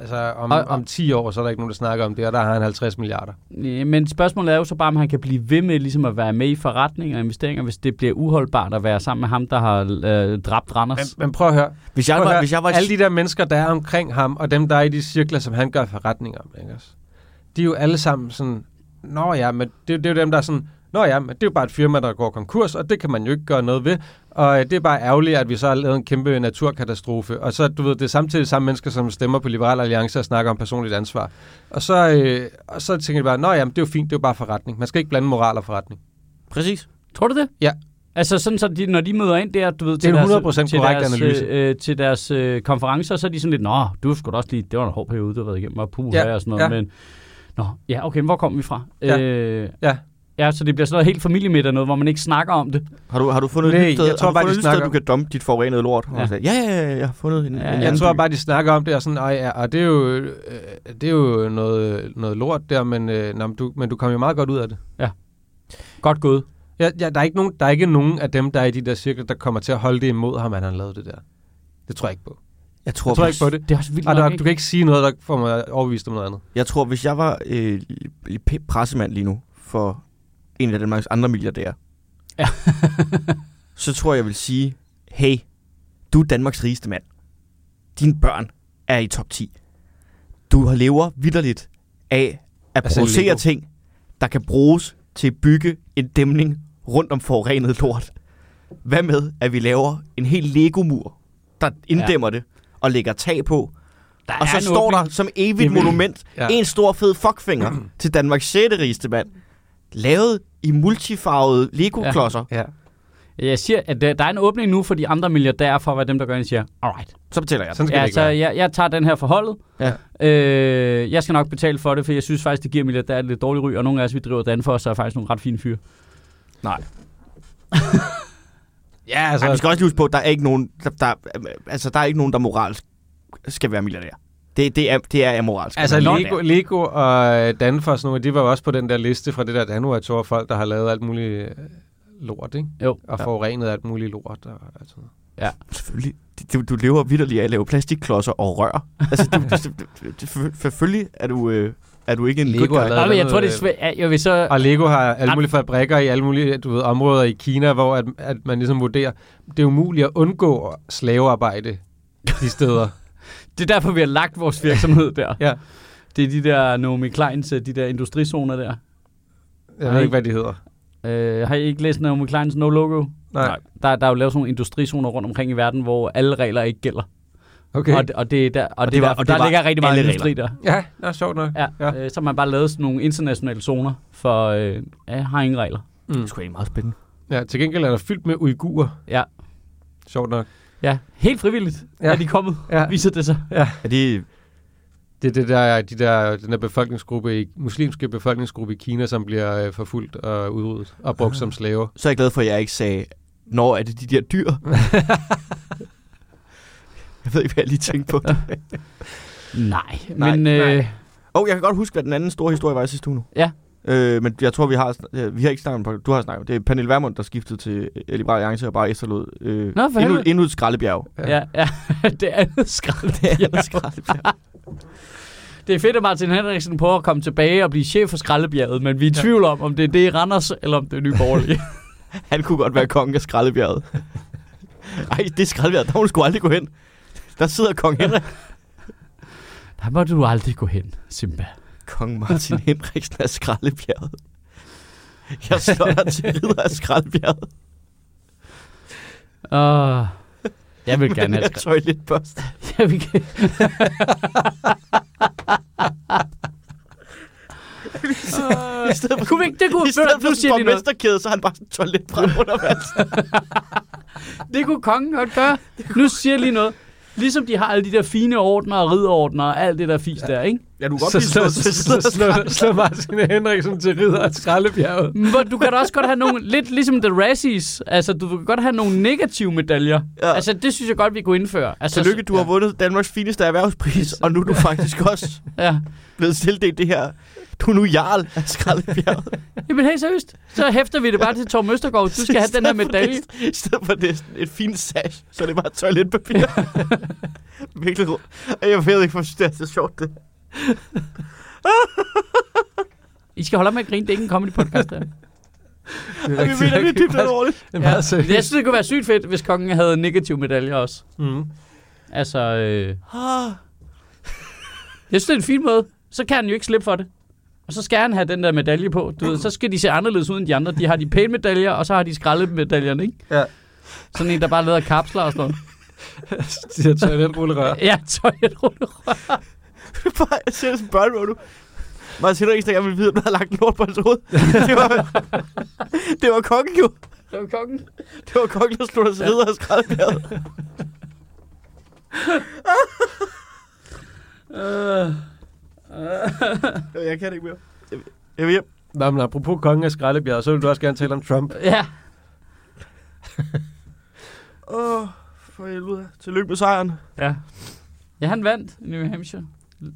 S2: altså, om,
S1: Og-
S2: og,
S1: og-
S2: om 10 år, så er der ikke nogen, der snakker om det, og der har han 50 milliarder.
S1: Øh, Men spørgsmålet er jo så bare, om han kan blive ved med ligesom at være med i forretninger og investeringer, hvis det bliver uholdbart at være sammen med ham, der har øh, dræbt Randers.
S2: Men, men prøv at høre.
S3: Hvis jeg
S2: Prøv at
S3: var...
S2: høre.
S3: Hvis jeg var
S2: Alle de der mennesker, der er omkring ham, og dem, der er i de cirkler, som han gør forretninger om, ikke også? de er jo alle sammen sådan, Nå ja, men det, det er jo dem, der er sådan, Nå ja, men det er jo bare et firma, der går konkurs, og det kan man jo ikke gøre noget ved. Og øh, det er bare ærgerligt, at vi så har lavet en kæmpe naturkatastrofe. Og så, du ved, det er samtidig samme mennesker, som stemmer på Liberal Alliance og snakker om personligt ansvar. Og så, øh, og så tænker jeg bare, nå jamen, det er jo fint, det er jo bare forretning. Man skal ikke blande moral og forretning.
S3: Præcis.
S1: Tror du det?
S2: Ja.
S1: Altså sådan, så de, når de møder ind der, du ved, til
S2: en
S1: deres,
S2: 100%
S1: til
S2: korrekt
S1: deres,
S2: analyse.
S1: Øh, til deres øh, konferencer, så er de sådan lidt, nå, du skulle også lige, det var en hård periode, du har været igennem, og puh,
S2: Ja,
S1: ja, og sådan noget,
S2: ja.
S1: men nå, ja, okay, men hvor kom vi fra?
S2: Ja,
S1: Øh,
S2: ja.
S1: Ja, så det bliver sådan noget helt familiemiddag noget, hvor man ikke snakker om det.
S3: Har du, har du fundet
S2: Nej,
S3: et nyt sted,
S2: jeg tror
S3: har du
S2: bare,
S3: fundet
S2: de
S3: et nyt sted,
S2: snakker-
S3: du kan dumpe dit forurenede lort? Ja.
S1: Ja.
S3: Sagde, ja, ja, ja, jeg har fundet en,
S1: Ja,
S3: en
S1: jeg
S2: Jeg
S3: anden
S2: tror
S3: by."
S2: bare, de snakker om det, og sådan, "Ej, ja, og det er jo, øh, det er jo noget, noget lort der, men, øh, nå, men, du, men du kom jo meget godt ud af det.
S1: Godt gået.
S2: Ja, ja, der, er ikke nogen, der er ikke nogen af dem, der er i de der cirkler, der kommer til at holde det imod ham, at han lavede det der. Det tror jeg ikke på.
S3: Jeg tror,
S2: Jeg tror
S3: hvis-
S2: ikke på det.
S1: Det er også vildt
S2: Ej,
S1: nok,
S2: der,
S1: ikke?
S2: du kan ikke sige noget, der får mig overbevist om noget andet.
S3: Jeg tror, hvis jeg var øh, i- p- pressemand lige nu for en af Danmarks andre milliardærer,
S1: Ja.
S3: (laughs) så tror jeg, jeg vil sige, hey, du er Danmarks rigeste mand. Dine børn er i top 10. Du har lever vidderligt af at
S2: Altså
S3: producere
S2: Lego.
S3: ting, der kan bruges til at bygge en dæmning rundt om forurenet lort. Hvad med, at vi laver en hel Lego-mur, der inddæmmer ja. det og lægger tag på,
S1: Der
S3: og
S1: er
S3: så
S1: en
S3: står
S1: åbning.
S3: der som evigt
S2: Jamen,
S3: monument
S2: ja.
S3: ja. en stor fed fuckfinger (clears throat) til Danmarks 6. rigeste mand. Lavet i multifarvede Lego-klodser. Ja.
S2: Ja.
S1: Jeg siger, at der, der er en åbning nu for de andre milliardærer for at være dem, der gør en siger, alright.
S3: Så betaler jeg.
S2: Sådan skal
S1: Ja,
S2: det
S1: altså,
S2: ikke være.
S1: jeg, jeg tager den her forholdet.
S3: Ja.
S1: Øh, jeg skal nok betale for det, for jeg synes faktisk, det giver milliardærer et lidt dårligt ry, og nogle af os, vi driver Danfoss, så er faktisk nogle ret fine fyre.
S2: Ja, altså,
S3: Altså, Ej, vi skal også lige huske på, at der er ikke nogen, der, der, altså, der, er ikke nogen, der moralsk skal være milliardær. Det, det, er, det er amoralsk.
S2: altså
S3: at være
S2: Lego,
S3: milliardær.
S2: Lego og øh, Danfoss, nogle af de var jo også på den der liste fra det der Januar folk, der har lavet alt muligt øh, lort, ikke?
S1: Jo.
S2: Og
S3: Ja.
S2: forurenet alt muligt lort. Og, altså. alt sådan noget.
S3: Selvfølgelig. Du, du lever vidderligt af at lave plastikklodser og rør. Altså, du, du, du, du, du, selvfølgelig er du, øh, er du ikke en
S2: Lego
S3: good
S2: er
S3: guy.
S2: lavet-
S1: Nå, men jeg
S2: noget,
S1: tror, det er
S2: øh,
S1: svært. Ja, Jeg vil så...
S2: Og Lego har alle mulige fabrikker i alle mulige du ved, områder i Kina, hvor at, at man ligesom vurderer, det er umuligt at undgå slavearbejde de
S1: (laughs)
S2: steder.
S1: Det er derfor, vi har lagt vores virksomhed der.
S2: Ja.
S1: Det er de der Naomi Kleins, øh, de der industrizoner der.
S2: Jeg
S1: Nej.
S2: ved ikke, hvad de hedder.
S1: Øh, har I ikke læst Naomi Kleins No Logo?
S2: Nej.
S1: Der, der er jo lavet sådan nogle industrizoner rundt omkring i verden, hvor alle regler ikke gælder.
S2: Okay.
S1: Og, det- og, det, er der, og, og det,
S3: det
S1: var,
S3: var-
S1: der,
S3: og det
S1: der
S3: var
S1: ligger rigtig meget
S3: alle
S1: industri der.
S2: Ja, det er sjovt nok.
S1: Ja.
S2: Ja.
S1: ja. Øh, så har man bare lavet sådan nogle internationale zoner for... Øh, ja, har ingen regler.
S2: Mm.
S3: Det er sgu egentlig meget spændende.
S2: ja. Til gengæld er der fyldt med uigurer.
S1: Ja.
S2: Sjovt nok.
S1: Ja, helt frivilligt ja.
S2: Ja.
S1: er de kommet, ja.
S2: Ja.
S1: viser det sig.
S3: Er det,
S2: Det er det der, de der, den der befolkningsgruppe, i, muslimske befolkningsgruppe i Kina, som bliver øh, forfulgt og udryddet og brugt som slaver.
S3: så er jeg glad for, at jeg ikke sagde, når er det de der (laughs) dyr? jeg ved ikke, hvad jeg lige tænkte (laughs) på.
S1: Nej,
S3: Nej,
S1: men...
S2: nej.
S1: Øh,
S3: Og oh, jeg kan godt huske, hvad den anden store historie var i sidste uge nu.
S1: Ja.
S3: Øh, men jeg tror, vi har, sn- øh, vi har ikke snakket om det. Du har snakket om det. Det er Pernille Vermund, der skiftede til øh, Liberal Alliance og bare efterlod øh,
S1: Nå, for
S3: endnu,
S1: helvede.
S3: endnu et
S1: (laughs)
S3: skraldebjerg.
S1: ja, ja, det andet skrald.
S3: Det er et skraldebjerg.
S1: det er fedt, at Martin Henriksen prøver at komme tilbage og blive chef for Skraldebjerget, men vi er i tvivl om, om det er det i Randers, eller om det er Nye (laughs) Borgerlige.
S3: Han kunne godt være konge af Skraldebjerget. (laughs) Ej, det er Skraldebjerget. Der må du sgu aldrig gå hen. Der sidder kong Henrik.
S1: Der må du aldrig gå hen, Simba.
S3: (laughs) Kong (laughs) Martin Henriksen af Skraldebjerget. Jeg slår dig til ridder af Skraldebjerget.
S1: Uh, jeg vil gerne (laughs) have
S3: Jeg
S1: Skrald-
S3: tøj lidt børst.
S1: (laughs) jeg vil, ge-
S3: (laughs) I stedet for,
S1: kunne vi ikke, det kunne,
S3: i stedet for
S1: nu
S3: sådan
S1: siger
S3: en
S1: de noget.
S3: borgmesterkæde, så har han bare sådan en toiletbrænd under
S1: (laughs)
S3: halsen.
S1: Det kunne kongen godt
S3: (laughs)
S1: gøre. Nu siger jeg lige noget. Ligesom de har alle de der fine ordner og ridordner og alt det der fis der, ikke?
S3: Ja, du
S2: Så
S3: kan
S2: slå, så, så, så, slå, slå Martin Henriksen til ridder af Skraldebjerget.
S1: Men hvor- Du kan da også godt have nogle, lidt ligesom The Razzies, altså du kan godt have nogle negative medaljer. Ja.
S3: Ja.
S1: Altså det synes jeg godt, vi kunne indføre. Altså,
S3: Tillykke, du har vundet Danmarks fineste erhvervspris, og nu er du faktisk også
S1: Ja.
S3: blevet tildelt det her. Du er nu jarl af Skraldebjerget.
S1: Jamen helt seriøst, så hæfter vi det bare til Torben Østergaard. Du skal have den her medalje.
S3: I stedet for det er sådan et fint sash, så er det bare
S1: (laughs)
S3: toiletpapir. Virkelig ro. Og Jeg ved ikke, hvor det er så sjovt det.
S1: I skal holde op med at grine, det er ikke en comedy podcast
S3: (laughs)
S1: der.
S2: Det
S3: Jeg mener det er dybt alvorligt.
S2: Det
S1: Men
S2: er meget
S1: Jeg
S2: seriøst.
S1: synes, det kunne være sygt fedt, hvis kongen havde negative medaljer også.
S2: Mm.
S1: Altså, øh,
S3: Ah,
S1: jeg synes, det er en fin måde. Så kan han jo ikke slippe for det. Og så skal han have den der medalje på. Du ved, så skal de se anderledes ud end de andre. De har de pæne medaljer, og så har de skraldemedaljerne, ikke?
S2: Ja.
S1: Sådan en, der bare lader kapsler og sådan noget.
S2: De her toiletrullere.
S1: Ja, toiletrullerør.
S3: det er bare jeg ser det som børn, hvor du... Martin Henriksen, der gerne ville vide, om der havde lagt lort på hans hoved. Det var, (laughs) det var kongen jo.
S1: Det var kongen.
S3: Det var kongen, der slog os ned og skraldebjerget.
S1: Øh,
S3: Jeg kan det ikke mere. Jeg- Jeg vil hjem.
S2: Nå, men apropos kongen af Skraldebjerget, så vil du også gerne tale om Trump.
S1: ja.
S3: Åh, for helvede. Tillykke med sejren.
S1: ja. Ja, han vandt i New Hampshire.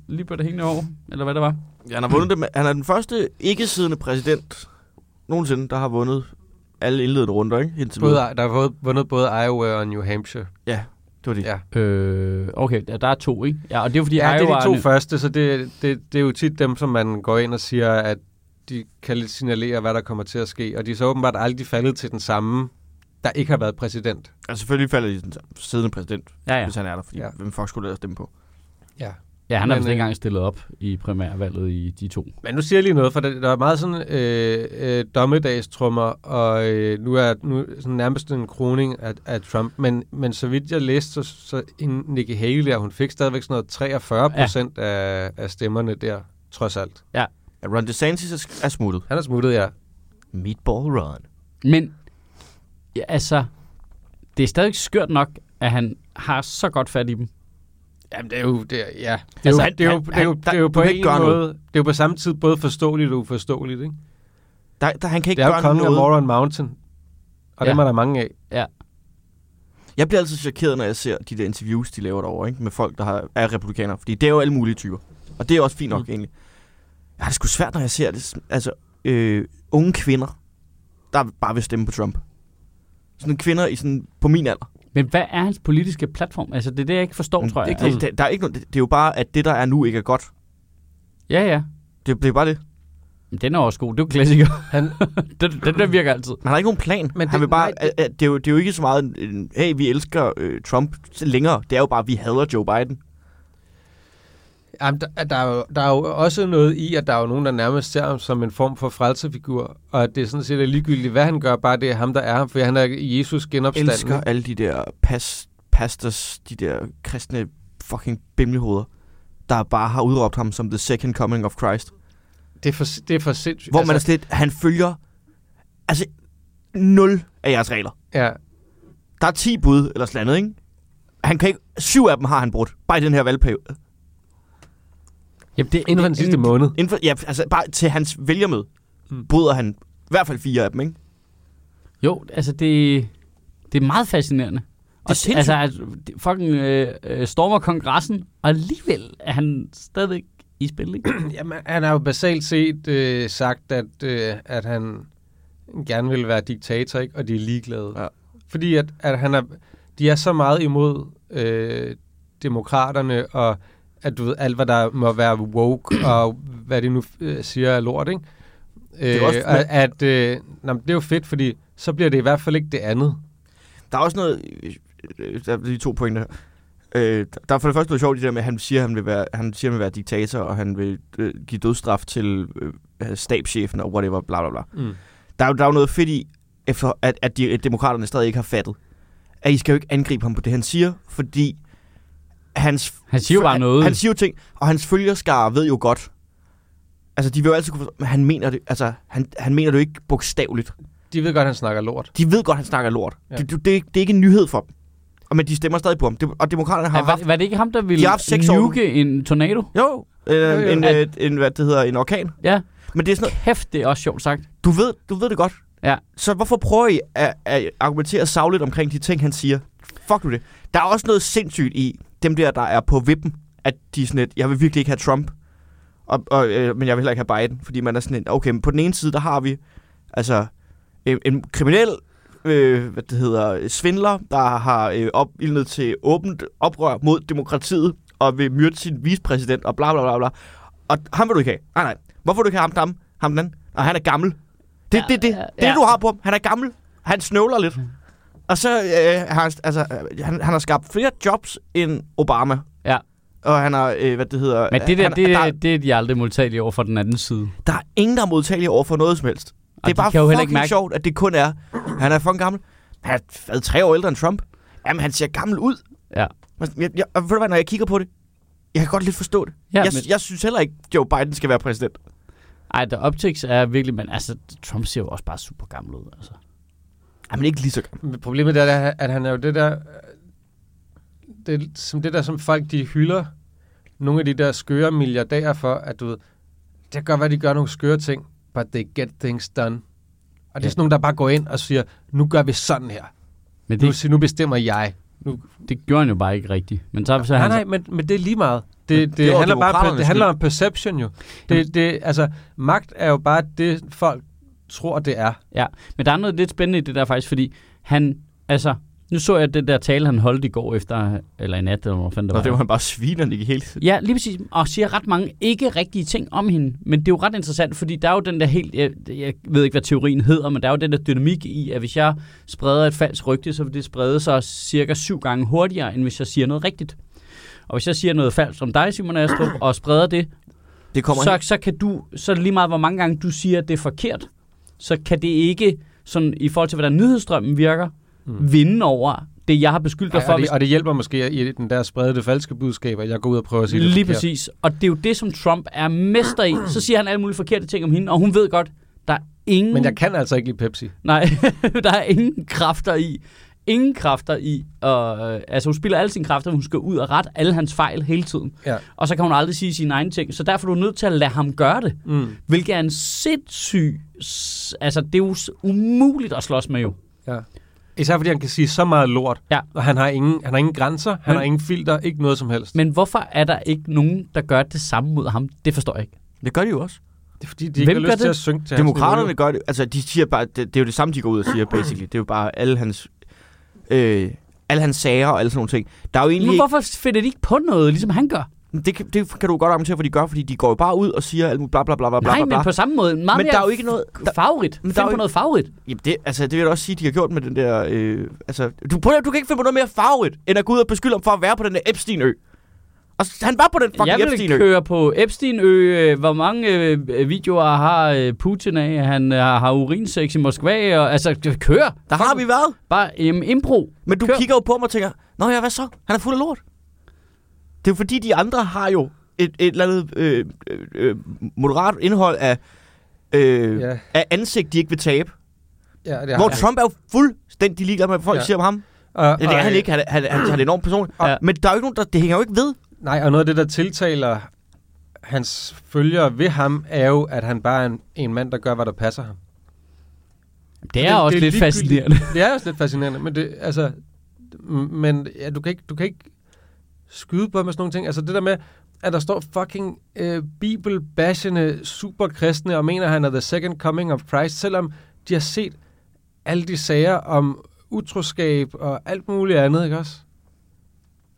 S1: Lige på det hængende år, eller hvad det var.
S3: Ja, han har vundet det. med- Han er den første ikke-siddende præsident nogensinde, der har vundet alle indledende runder, ikke? Indtil
S2: Både,
S3: videre.
S2: der har både- vundet både Iowa og New Hampshire.
S3: Ja, det var det.
S2: Ja.
S1: Øh, okay, ja, der er to, ikke? Ja, og det er jo fordi,
S2: ja, det er de to
S1: Iowa'erne-
S2: første, så det, det, det er jo tit dem, som man går ind og siger, at de kan lidt signalere, hvad der kommer til at ske. Og de er så åbenbart aldrig faldet til den samme, der ikke har været præsident.
S3: Altså, selvfølgelig falder de den siddende præsident,
S1: Ja,
S3: ja.
S1: ja.
S3: hvis han er der, fordi
S2: Ja.
S3: ja. hvem fuck skulle ellers stemme på?
S2: Ja.
S1: ja han har
S2: Men,
S1: vist
S2: øh,
S1: ikke engang stillet op i primærvalget i de to.
S2: Men nu siger jeg lige noget, for der der er meget sådan øh, øh, dommedagstrummer, og øh, nu er nu er sådan nærmest en kroning af, af Trump. Men, men så vidt jeg læste, så, så en Nikki Haley, der, hun fik stadigvæk sådan noget 43 procent ja. af, af stemmerne der, trods alt.
S3: Ja, Ron DeSantis er, sk- er smuttet.
S2: Han er smuttet, ja.
S3: Meatball Ron.
S1: Men, ja, altså, det er stadig skørt nok, at han har så godt fat i dem.
S2: Jamen, det er jo... Det er, ja. Det er
S1: Altså,
S2: jo-
S1: han-
S2: det er jo-
S3: han-
S2: det er jo-
S3: han- der-
S2: det er jo
S3: du
S2: på
S3: kan ikke
S2: en
S3: gøre noget.
S2: måde... Det er jo på samme tid både forståeligt og uforståeligt, ikke?
S3: Der, der, han kan
S2: Det
S3: ikke
S2: er jo
S3: gøre
S2: kongen af
S3: noget.
S2: Moron Mountain. Og
S1: Ja.
S2: ja. dem er der mange af.
S3: Jeg bliver altid chokeret, når jeg ser de der interviews, de laver derovre, ikke? Med folk, der har, er republikanere. Fordi det er jo alle mulige typer. Og det er også fint nok,
S2: Mm.
S3: mm. egentlig. Ja, det er sgu svært, når jeg ser det. Altså, øh, unge kvinder, der bare vil stemme på Trump. Sådan kvinder i sådan, på min alder.
S1: Men hvad er hans politiske platform? Altså, det er det, jeg ikke forstår, tror jeg.
S3: det, det,
S1: altså,
S3: der, der er ikke noget, det, det er jo bare, at det, der er nu, ikke er godt.
S1: ja, ja.
S3: Det, det er bare det.
S1: Men den er også god. Det er jo klassiker.
S2: Han,
S1: (laughs) den, den der virker altid.
S3: Man har ikke nogen plan.
S2: Men
S3: Men
S2: det-
S3: det, han vil bare,
S2: nej,
S3: nej, det, det, er jo, det er jo ikke så meget, en- en, hey, vi elsker øh, Trump længere. Det er jo bare, vi hader Joe Biden.
S2: jamen, der, der, er jo, der er jo også noget i, at der er jo nogen, der nærmest ser ham som en form for frelsefigur. Og at det er sådan set er ligegyldigt, hvad han gør, bare det er ham, der er ham. For han er Jesus genopstanden.
S3: elsker alle de der pas, pastors, de der kristne fucking bimlehoveder, der bare har udråbt ham som the second coming of Christ.
S2: Det er for, det er for sindssygt.
S3: Hvor altså, man er slet, han følger, altså, nul af jeres regler.
S2: ja,
S3: Der er 10 bud eller sådan noget, ikke? Han kan ikke, syv af dem har han brudt, bare i den her valgperiode.
S1: Jamen, det,
S2: inden for den sidste måned.
S3: Inden for, ja, altså bare til hans vælgermøde
S2: Mm.
S3: bryder han i hvert fald fire af dem, ikke?
S1: Jo, altså det, det er meget fascinerende. Og
S3: sindssygt.
S1: Altså, at det- fucking øh, øh, stormer kongressen, og alligevel er han stadigvæk i spil, ikke?
S2: Jamen, han har jo basalt set øh, sagt, at, øh, at han gerne vil være diktator, ikke? og de er ligeglade.
S3: Ja.
S2: Fordi at, at han er, de er så meget imod øh, demokraterne og at du ved, alt hvad der må være woke, (clears throat) og hvad de nu øh, siger er lort, ikke?
S3: er
S2: Øh,
S3: også-
S2: og at, øh, nå, men det er jo fedt, fordi så bliver det i hvert fald ikke det andet.
S3: Der er også noget... øh, Der er lige to pointer her. Øh, der er for det første noget sjovt i det der med, at han siger, at han vil være, han siger, at han vil være diktator, og han vil øh, give dødsstraf til øh, stabschefen og whatever, bla bla bla.
S2: Mm.
S3: Der er, jo- der er jo noget fedt i, efter, at, at, de, at demokraterne stadig ikke har fattet, at I skal jo ikke angribe ham på det, han siger, fordi hans...
S1: Han siger jo bare
S3: han,
S1: noget.
S3: Han siger jo ting, og hans følgerskare ved jo godt. Altså, de vil jo altid kunne... forstå- Men han mener det, altså, han, han mener det jo ikke bogstaveligt.
S2: De ved godt, at han snakker lort.
S3: De ved godt, han snakker lort.
S2: Ja.
S3: Ja. Det, det, det, er ikke- det er ikke en nyhed for dem. Og, men de stemmer stadig på ham. Det, og demokraterne har
S1: Er, var,
S3: haft...
S1: var det ikke ham, der ville
S3: De har haft seks år nu.
S1: nuke en tornado?
S3: Jo,
S2: Jo, jo.
S3: øh, en,
S1: At-
S3: øh, en, hvad det hedder, en orkan.
S1: Ja.
S3: Men det er sådan noget,
S1: Kæft, det er også sjovt sagt.
S3: du ved, du ved det godt.
S1: Ja.
S3: Så hvorfor prøver I at, at argumentere sagligt omkring de ting, han siger? Fuck nu det. Der er også noget sindssygt i dem der, der er på vippen, at de er sådan et, jeg vil virkelig ikke have Trump, og, og, øh, men jeg vil heller ikke have Biden, fordi man er sådan en, okay, men på den ene side, der har vi altså en, en kriminel, øh, hvad det hedder, svindler, der har øh, opildnet til åbent oprør mod demokratiet, og vil myrde sin vicepræsident, og bla bla bla bla. Og ham vil du ikke have. Nej, nej. Hvorfor vil du ikke have ham, ham, ham den anden? Og han er gammel. Det er
S1: Ja,
S3: det, det,
S1: ja,
S3: det, det,
S1: ja. Mm.
S3: du har på ham. Han er gammel. Han snøvler lidt. Og så øh, har han, altså, øh, han, han har skabt flere jobs end Obama.
S1: Ja.
S3: Og han har, øh, hvad det hedder...
S1: Men det der,
S3: han,
S1: det,
S3: der,
S1: det er de aldrig modtagelige over for den anden side.
S3: der er ingen, der er modtagelige over for noget som helst. Det
S1: Og
S3: er
S1: de
S3: bare
S1: kan jo heller ikke
S3: fucking
S1: mærke-
S3: sjovt, at det kun er... Han er fucking gammel. Han er hvad, tre år ældre end Trump. Jamen, han ser gammel ud.
S1: Ja.
S3: Men Jeg, jeg, og ved du hvad, når jeg kigger på det, jeg kan godt lidt forstå det.
S1: Ja,
S3: jeg,
S1: men,
S3: jeg synes heller ikke, Joe Biden skal være præsident.
S1: ej, der optics er virkelig, men altså, Trump ser jo også bare super gammel ud, altså.
S3: Jamen, ikke lige så gammel.
S2: Men problemet er, at han er jo det der... Det, er som det der, som folk de hylder nogle af de der skøre milliardærer for, at du ved, det kan godt være, de gør nogle skøre ting, but they get things done. Og det er sådan nogen, der bare går ind og siger, nu gør vi sådan her.
S1: Men
S2: Nu,
S1: det,
S2: si- nu bestemmer jeg.
S1: det gjorde han jo bare ikke rigtigt. Men så, så
S2: Nej,
S1: han,
S2: nej, men, men det er lige meget. Det, det,
S3: det er
S2: det
S3: jo
S2: handler bare
S3: demokraternes
S2: det handler om perception jo. Det, det, altså, magt er jo bare det, folk tror, det er.
S1: Ja, men der er noget lidt spændende i det der faktisk, fordi han, altså, nu så jeg den der tale, han holdt i går efter, eller i nat, eller hvor fanden det
S3: Nå,
S1: var.
S3: det var han bare svinerne i hele tiden.
S1: Ja, lige præcis, og siger ret mange ikke rigtige ting om hende, men det er jo ret interessant, fordi der er jo den der helt, jeg, jeg ved ikke, hvad teorien hedder, men der er jo den der dynamik i, at hvis jeg spreder et falsk rygte, så vil det sprede sig cirka syv gange hurtigere, end hvis jeg siger noget rigtigt. Og hvis jeg siger noget falsk om dig, Simon Astrup, og spreder det,
S3: Det kommer
S1: så, så kan du, så lige meget hvor mange gange du siger, at det er forkert, så kan det ikke, sådan, i forhold til hvordan nyhedsstrømmen virker, mm. vinde over det, jeg har beskyldt dig
S2: Ej,
S1: for.
S2: og, det,
S1: hvis-
S2: og det hjælper måske i den der sprede det falske budskab, at jeg går ud og prøver at sige det
S1: Lige
S2: forkert.
S1: præcis. Og det er jo det, som Trump er mester i. Så siger han alle mulige forkerte ting om hende, og hun ved godt, der er ingen...
S2: Men jeg kan altså ikke lide Pepsi.
S1: Nej, (laughs) der er ingen kræfter i. Ingen kræfter i. Og, øh, altså, hun spiller alle sine kræfter, men hun skal ud og rette alle hans fejl hele tiden.
S2: Ja.
S1: Og så kan hun aldrig sige sine egne ting. Så derfor er du nødt til at lade ham gøre det.
S2: Mm.
S1: Hvilket er en sindssyg... s- Altså, det er jo s- umuligt at slås med jo.
S2: Ja. Især fordi han kan sige så meget lort,
S1: Ja.
S2: og han har ingen, han har ingen grænser, han
S1: Men-
S2: har ingen filter, ikke noget som helst.
S1: Men hvorfor er der ikke nogen, der gør det samme mod ham? Det forstår jeg ikke.
S3: Det gør de jo også.
S2: det er fordi, de ikke
S1: Hvem
S2: har
S1: gør
S2: lyst til
S1: det?
S2: at synge til hans
S3: Demokraterne
S2: niveau.
S3: gør det. Altså, de siger bare, det, det er jo det samme, de går ud og siger, basically. Det er jo bare alle hans... Øh, alle hans sager og alle sådan nogle ting. Der er jo egentlig
S1: Men hvorfor finder de ikke på noget, ligesom han gør?
S3: ikke, det, kan, det kan du godt argumentere, for de gør, fordi de går jo bare ud og siger alt muligt bla bla bla bla bla
S1: Nej,
S3: bla, bla.
S1: men på samme måde. Meget
S3: Men
S1: mere
S3: der er jo ikke noget-
S1: Der, favorit.
S3: men
S1: Men
S3: der
S1: der
S3: er jo
S1: på
S3: ikke-
S1: noget favorit.
S3: Jamen det, altså, det vil jeg da også sige, de har gjort med den der... Øh, altså, du, prøv, at- du kan ikke finde på noget mere farvet, end at gå ud og beskylde ham for at være på den der Epstein-ø. Og s- han var på den
S1: jeg
S3: fucking
S1: vil
S3: Epstein-ø.
S1: køre på Epstein-ø. øh, Hvor mange øh, videoer har øh, Putin af? Han øh, har urinsex i Moskva. Og, altså, det- kør.
S3: Der har vi været.
S1: Bare øhm, impro.
S3: Men du
S1: Kør.
S3: Kør. kigger jo på mig og tænker, Nå ja, hvad så? Han er fuld af lort. Det er jo fordi, de andre har jo et, et eller andet øh, øh, øh, moderat indhold af, øh,
S2: Ja.
S3: yeah. af ansigt, de ikke vil tabe.
S2: Ja, det
S3: Ja,
S2: har
S3: hvor
S2: han.
S3: ja. Trump er jo fuldstændig ligeglad med, hvad folk
S2: Ja.
S3: ja. siger om ham.
S2: Og,
S3: Ja, det er
S2: og,
S3: han ikke. Han, er- han, han, han er enormt person.
S1: Ja.
S3: Ja. Men der er jo ikke nogen, der, det hænger jo ikke ved.
S2: Nej, og noget af det, der tiltaler hans følgere ved ham, er jo, at han bare er en, en mand, der gør, hvad der passer ham.
S1: Det er også lidt
S2: ligegyldigt.
S1: fascinerende. (laughs)
S2: Det er også lidt fascinerende, men det, altså, m- men ja, du kan ikke, du kan ikke skyde på med sådan nogle ting. Altså det der med, at der står fucking øh, bibelbashende superkristne og mener, han er the second coming of Christ, selvom de har set alle de sager om utroskab og alt muligt andet, ikke også?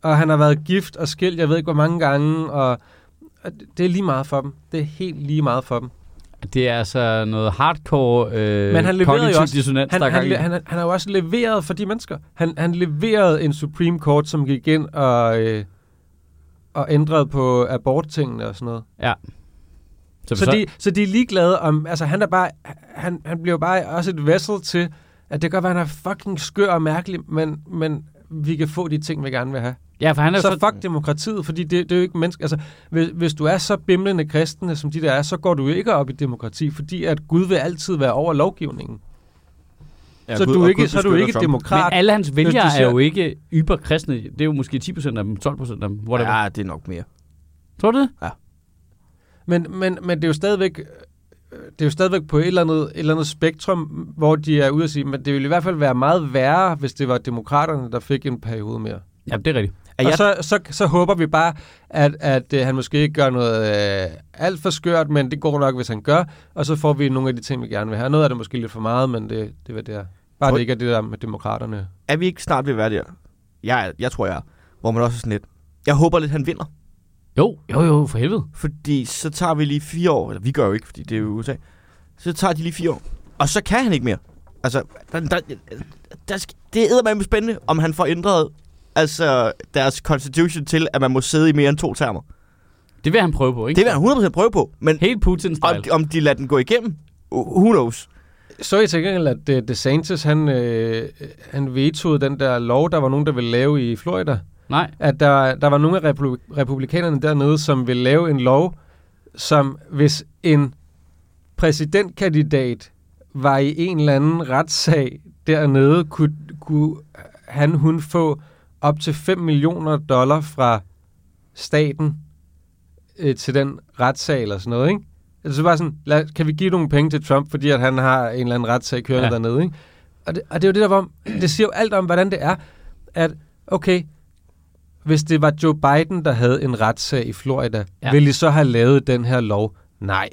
S2: og han har været gift og skilt, jeg ved ikke hvor mange gange, og og det er lige meget for dem. Det er helt lige meget for dem.
S1: Det er altså noget hardcore øh,
S2: Men han leverede jo
S1: kognitiv
S2: også-
S1: dissonans,
S2: Han,
S1: der er
S2: han,
S1: gang i.
S2: han, han, han har jo også leveret for de mennesker. Han, han leverede en Supreme Court, som gik ind og, øh, og ændrede på aborttingene og sådan noget.
S1: Så,
S2: Så, de, så de er ligeglade om... Altså, han er bare... Han, han bliver jo bare også et vessel til, at det kan godt være, han er fucking skør og mærkelig, men, men vi kan få de ting, vi gerne vil have.
S1: ja, for han er
S2: så,
S1: så,
S2: så fuck demokratiet, fordi det, det er jo ikke menneske... Altså, hvis, hvis du er så bimlende kristne, som de der er, så går du jo ikke op i demokrati, fordi at Gud vil altid være over lovgivningen. Ja, så,
S3: Gud-
S2: du
S3: og
S2: er ikke,
S3: Gud
S2: så er du
S3: beskytter
S2: ikke
S3: Trump.
S1: Men
S2: demokrat.
S1: alle hans
S2: hvis
S1: vælgere
S2: du
S1: siger...
S2: siger-
S1: er jo ikke yberkristne. Det er jo måske 10% af dem, 12% af dem, whatever. Ja.
S3: Ja, det er nok mere.
S1: Tror du det?
S2: Men, men, men det er jo stadigvæk øh, det er jo stadigvæk på et eller, andet, et eller andet spektrum, hvor de er ude at sige, men det ville i hvert fald være meget værre, hvis det var demokraterne, der fik en periode mere.
S1: Ja, det er rigtigt.
S3: Er
S2: Og
S3: jeg-
S2: så, så, så håber vi bare, at, at øh, han måske ikke gør noget øh, alt for skørt, men det går nok, hvis han gør, og så får vi nogle af de ting, vi gerne vil have. Noget af det måske lidt for meget, men det, det var det er. Bare
S3: Tror-
S2: det ikke er det der med demokraterne.
S3: Er vi ikke snart ved at være der? Jeg, er- jeg tror, jeg er. Hvor man også er sådan lidt. Jeg håber lidt, han vinder.
S1: Jo, jo, jo, for helvede.
S3: Fordi så tager vi lige fire år. Eller vi gør jo ikke, fordi det er jo USA. Så tager de lige fire år. Og så kan han ikke mere. Altså, der, der, der, skal- det er med spændende, om han får ændret altså, deres constitution til, at man må sidde i mere end to termer.
S1: Det vil han prøve på, ikke?
S3: Det vil han 100% prøve på, men
S1: Helt Putin-style.
S3: om, om de lader den gå igennem, who knows?
S2: Så i til gengæld, at øh, DeSantis, han, øh, han vetoede den der lov, der var nogen, der ville lave i Florida.
S1: Nej.
S2: at der, der var nogle af republi- republikanerne dernede, som ville lave en lov, som hvis en præsidentkandidat var i en eller anden retssag dernede, kunne, kunne han hun få op til 5 millioner dollar fra staten øh, til den retssag eller sådan noget, ikke? Altså bare sådan, lad, kan vi give nogle penge til Trump, fordi at han har en eller anden retssag kørende
S1: Ja.
S2: ja. dernede, ikke? Og det, og det er jo det der, hvor, det siger jo alt om, hvordan det er, at okay, hvis det var Joe Biden, der havde en retssag i Florida,
S1: Ja.
S2: ja. ville I så have lavet den her lov? Nej,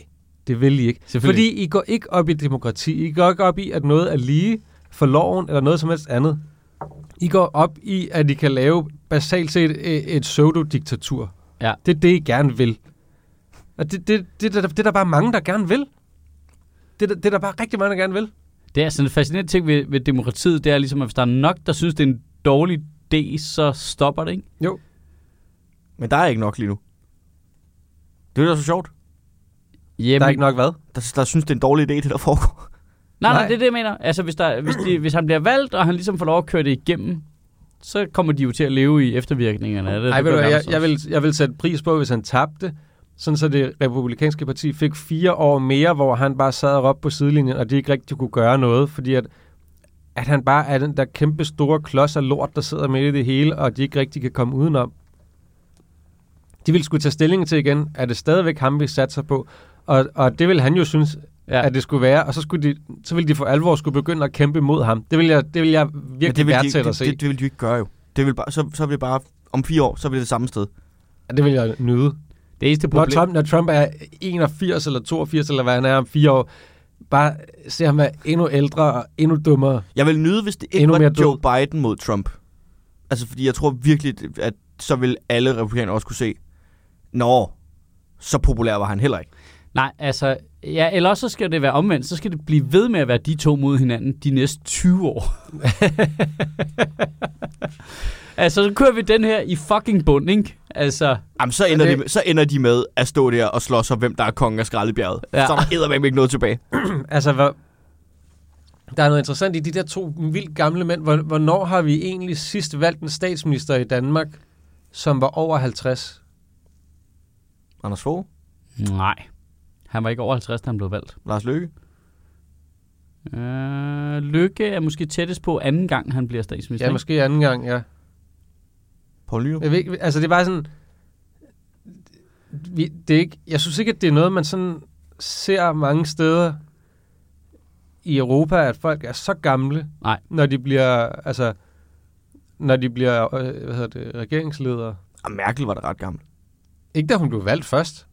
S2: det ville I ikke.
S1: Selvfølgelig
S2: Fordi I går ikke op i demokrati. I går ikke op i, at noget er lige for loven eller noget som helst andet. I går op i, at I kan lave basalt set øh, et, et pseudo-diktatur.
S1: Ja.
S2: Det er det, I gerne vil. Og det, det, det, det, det er der bare mange, der gerne vil. Det, er der- det er der bare rigtig mange, der gerne vil.
S1: Det er sådan en fascinerende ting ved, ved demokratiet, det er ligesom, at hvis der er nok, der synes, det er en dårlig idé, så stopper det, ikke?
S2: Jo.
S3: Men der er ikke nok lige nu. Det er da så sjovt.
S1: Jamen,
S2: Der er ikke nok hvad?
S3: Der, der synes, det er en dårlig idé, det der foregår.
S1: Nej, nej,
S2: Nej.
S1: det er det, jeg mener. Altså, hvis, der, hvis, de, hvis han bliver valgt, og han ligesom får lov at køre det igennem, så kommer de jo til at leve i eftervirkningerne af det.
S2: Ej,
S1: Det
S2: ved du,
S1: gør
S2: hvad, jeg,
S1: Anders
S2: jeg,
S1: også.
S2: vil, jeg vil sætte pris på, hvis han tabte, sådan så det republikanske parti fik fire år mere, hvor han bare sad og råbte på sidelinjen, og de ikke rigtig kunne gøre noget, fordi at, at han bare er den der kæmpe store klods af lort, der sidder midt i det hele, og de ikke rigtig kan komme udenom. De ville skulle tage stilling til igen, er det stadigvæk ham, vi satser på? Og, og det vil han jo synes,
S1: Ja.
S2: ja. at det skulle være, og så, skulle de, så ville de for alvor skulle begynde at kæmpe mod ham. Det vil jeg, det vil jeg
S3: Men
S2: virkelig
S3: vil de,
S2: værdsætte
S3: det,
S2: at se.
S3: det, det, vil de ikke gøre jo. Det vil bare, så, så vil det bare, om fire år, så vil det det samme sted.
S2: det vil jeg nyde.
S1: Det eneste
S2: Når
S1: problem...
S2: Trump, når Trump er 81 eller 82, eller hvad han er om fire år, bare se ham være endnu ældre og endnu dummere.
S3: Jeg vil nyde, hvis det ikke
S2: Endnu
S3: var
S2: mere
S3: Joe Biden mod Trump. Altså, fordi jeg tror virkelig, at så vil alle republikanere også kunne se, nå, så populær var han heller ikke.
S1: Nej, altså... Ja, eller også så skal det være omvendt. Så skal det blive ved med at være de to mod hinanden de næste 20
S2: (laughs)
S1: år. altså, så kører vi den her i fucking bund, ikke? Altså,
S3: Jamen, så ender,
S2: Ja,
S3: det...
S2: det-
S3: de, med- så ender de med at stå der og slås om, hvem der er kongen af skraldebjerget.
S1: Ja.
S3: Ja. Så er der eddermame ikke noget tilbage.
S2: Altså, hvor, der er noget interessant i de der to vildt gamle mænd. Hvor- Hvornår har vi egentlig sidst valgt en statsminister i Danmark, som var over 50?
S3: Anders Fogh,
S1: nej. Han var ikke over 50, da han blev valgt.
S3: Lars Løkke.
S1: Øh, Lykke er måske tættest på anden gang, han bliver statsminister.
S2: Ja,
S1: ikke?
S2: måske anden gang, ja.
S3: Poul Nyrup.
S2: Jeg ved ikke, altså det er bare sådan, vi, det er ikke, jeg synes ikke, at det er noget, man sådan ser mange steder i Europa, at folk er så gamle,
S1: Nej.
S2: når de bliver, altså, når de bliver, øh, hvad hedder det, regeringsledere.
S3: Og Merkel var da ret gammel.
S2: Ikke da hun blev valgt først.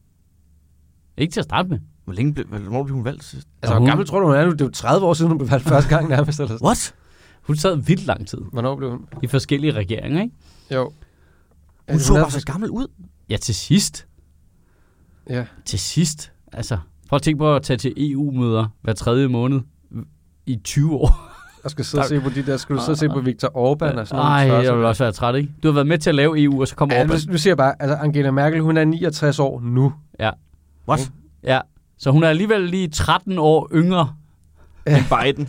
S1: Ikke til at starte med.
S3: Hvor længe blev, hvornår blev hun valgt sidst?
S2: Altså,
S1: Og
S2: hvor
S1: hun-
S2: gammel tror du, hun er nu? Det er jo 30 år siden, hun blev valgt første gang nærmest. Eller sådan.
S3: What?
S1: Hun sad vildt lang tid
S2: Hvornår blev hun?
S1: i forskellige regeringer, ikke?
S2: Jo. Hun
S3: Altså, Hun så
S2: havde
S3: bare så
S2: faktisk-
S3: gammel ud.
S1: Ja, til sidst.
S2: Ja.
S1: Til sidst. Altså, prøv at tænke på at tage til EU-møder hver tredje måned i 20 år.
S2: Jeg skal sidde og se på de der, skal du sidde og se på Viktor Orbán og sådan
S1: Ej,
S2: noget.
S1: jeg vil også være træt, ikke? Du har været med til at lave EU, og så kommer
S2: Ja,
S1: ja,
S2: nu, nu siger jeg bare, altså Angela Merkel, hun er 69 år nu.
S3: What?
S1: Ja, så hun er alligevel lige 13 år yngre
S3: Ja. Biden.